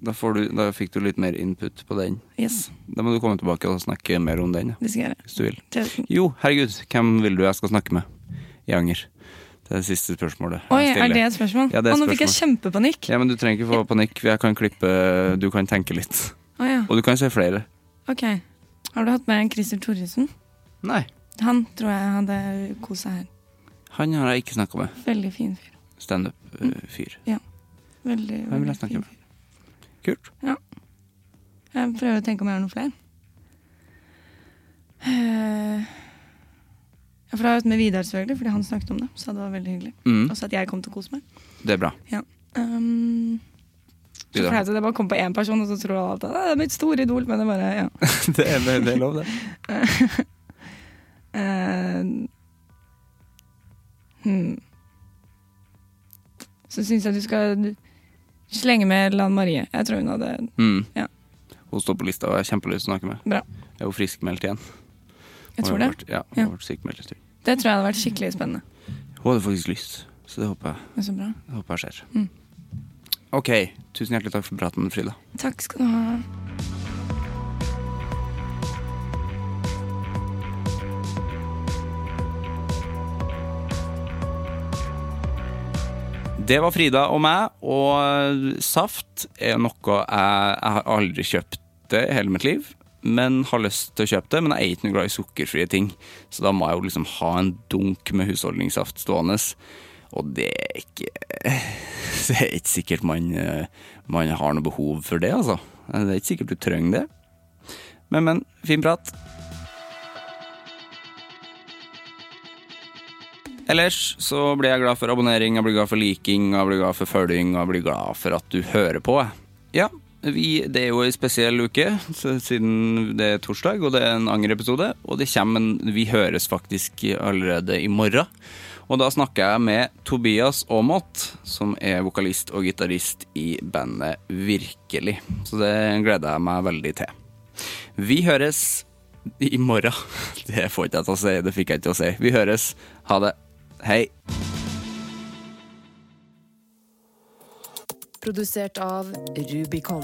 [SPEAKER 4] Da, får du, da fikk du litt mer input på den.
[SPEAKER 5] Yes.
[SPEAKER 4] Da må du komme tilbake og snakke mer om den, ja,
[SPEAKER 5] Det skal jeg gjøre.
[SPEAKER 4] hvis du vil.
[SPEAKER 5] Til høsten.
[SPEAKER 4] Jo, herregud, hvem vil du jeg skal snakke med? Jeg angrer. Det er det siste spørsmålet. jeg
[SPEAKER 5] Oi, er
[SPEAKER 4] stiller.
[SPEAKER 5] det et spørsmål?
[SPEAKER 4] Ja, det er et
[SPEAKER 5] Å, nå fikk jeg kjempepanikk.
[SPEAKER 4] Ja, men Du trenger ikke få panikk. Jeg kan klippe, du kan tenke litt.
[SPEAKER 5] Å ja.
[SPEAKER 4] Og du kan se flere.
[SPEAKER 5] Ok. Har du hatt med Christer Thoresen?
[SPEAKER 4] Nei,
[SPEAKER 5] Han tror jeg hadde kost seg her.
[SPEAKER 4] han har jeg ikke snakka med.
[SPEAKER 5] Veldig fin fyr.
[SPEAKER 4] Standup-fyr.
[SPEAKER 5] Veldig,
[SPEAKER 4] Hvem vil
[SPEAKER 5] veldig
[SPEAKER 4] jeg snakke
[SPEAKER 5] fin
[SPEAKER 4] med?
[SPEAKER 5] fyr.
[SPEAKER 4] Kult.
[SPEAKER 5] Jeg prøver å tenke om jeg har noen flere. Eh, ja, for jeg har vært med Vidar, selvfølgelig, fordi han snakket om det. Så det var veldig hyggelig.
[SPEAKER 4] Mm,
[SPEAKER 5] Også at jeg kom til å kose meg.
[SPEAKER 4] det er bra.
[SPEAKER 5] Um, så
[SPEAKER 4] Vidar.
[SPEAKER 5] flaut at jeg bare kom på én person, og så tror alle at «Å, det er mitt store idol. Men det bare, ja.
[SPEAKER 4] det, er, det er lov, det.
[SPEAKER 5] Eh, hmm. Så syns jeg du skal slenge med Lan Marie. Jeg tror hun hadde
[SPEAKER 4] Mm.
[SPEAKER 5] Ja.
[SPEAKER 4] Hun står på lista, og jeg har kjempelyst til å snakke med.
[SPEAKER 5] Bra.
[SPEAKER 4] Er hun friskmeldt igjen?
[SPEAKER 5] Jeg
[SPEAKER 4] Hun
[SPEAKER 5] tror
[SPEAKER 4] har
[SPEAKER 5] det.
[SPEAKER 4] vært- Ja, hun
[SPEAKER 5] Ja.
[SPEAKER 4] har vært sykemeldt en stund.
[SPEAKER 5] Det tror jeg hadde vært skikkelig spennende.
[SPEAKER 4] Hun hadde faktisk lyst, så det håper jeg,
[SPEAKER 5] Men så bra.
[SPEAKER 4] det håper jeg skjer.
[SPEAKER 5] Mm.
[SPEAKER 4] Ok, tusen hjertelig takk for praten, Frida.
[SPEAKER 5] Takk skal du ha.
[SPEAKER 4] Det var Frida og meg, og saft er noe jeg, jeg har aldri kjøpt det i hele mitt liv. Men har lyst til å kjøpe det, men jeg er ikke noe glad i sukkerfrie ting. Så da må jeg jo liksom ha en dunk med husholdningssaft stående. Og det er ikke Det er ikke sikkert man, eh, man har noe behov for det, altså. Det er ikke sikkert du trenger det. Men, men. Fin prat. Ellers så blir jeg glad for abonnering, jeg blir glad for liking, jeg blir glad for følging, jeg blir glad for at du hører på. Ja, vi, det er jo en spesiell uke, så siden det er torsdag, og det er en angerepisode. Og det kommer en Vi høres faktisk allerede i morgen. Og da snakker jeg med Tobias Aamodt, som er vokalist og gitarist i bandet Virkelig. Så det gleder jeg meg veldig til. Vi høres i morgen. Det får ikke jeg til å si, det fikk jeg ikke til å si. Vi høres. Ha det. Hei.
[SPEAKER 6] Produsert av Rubicon.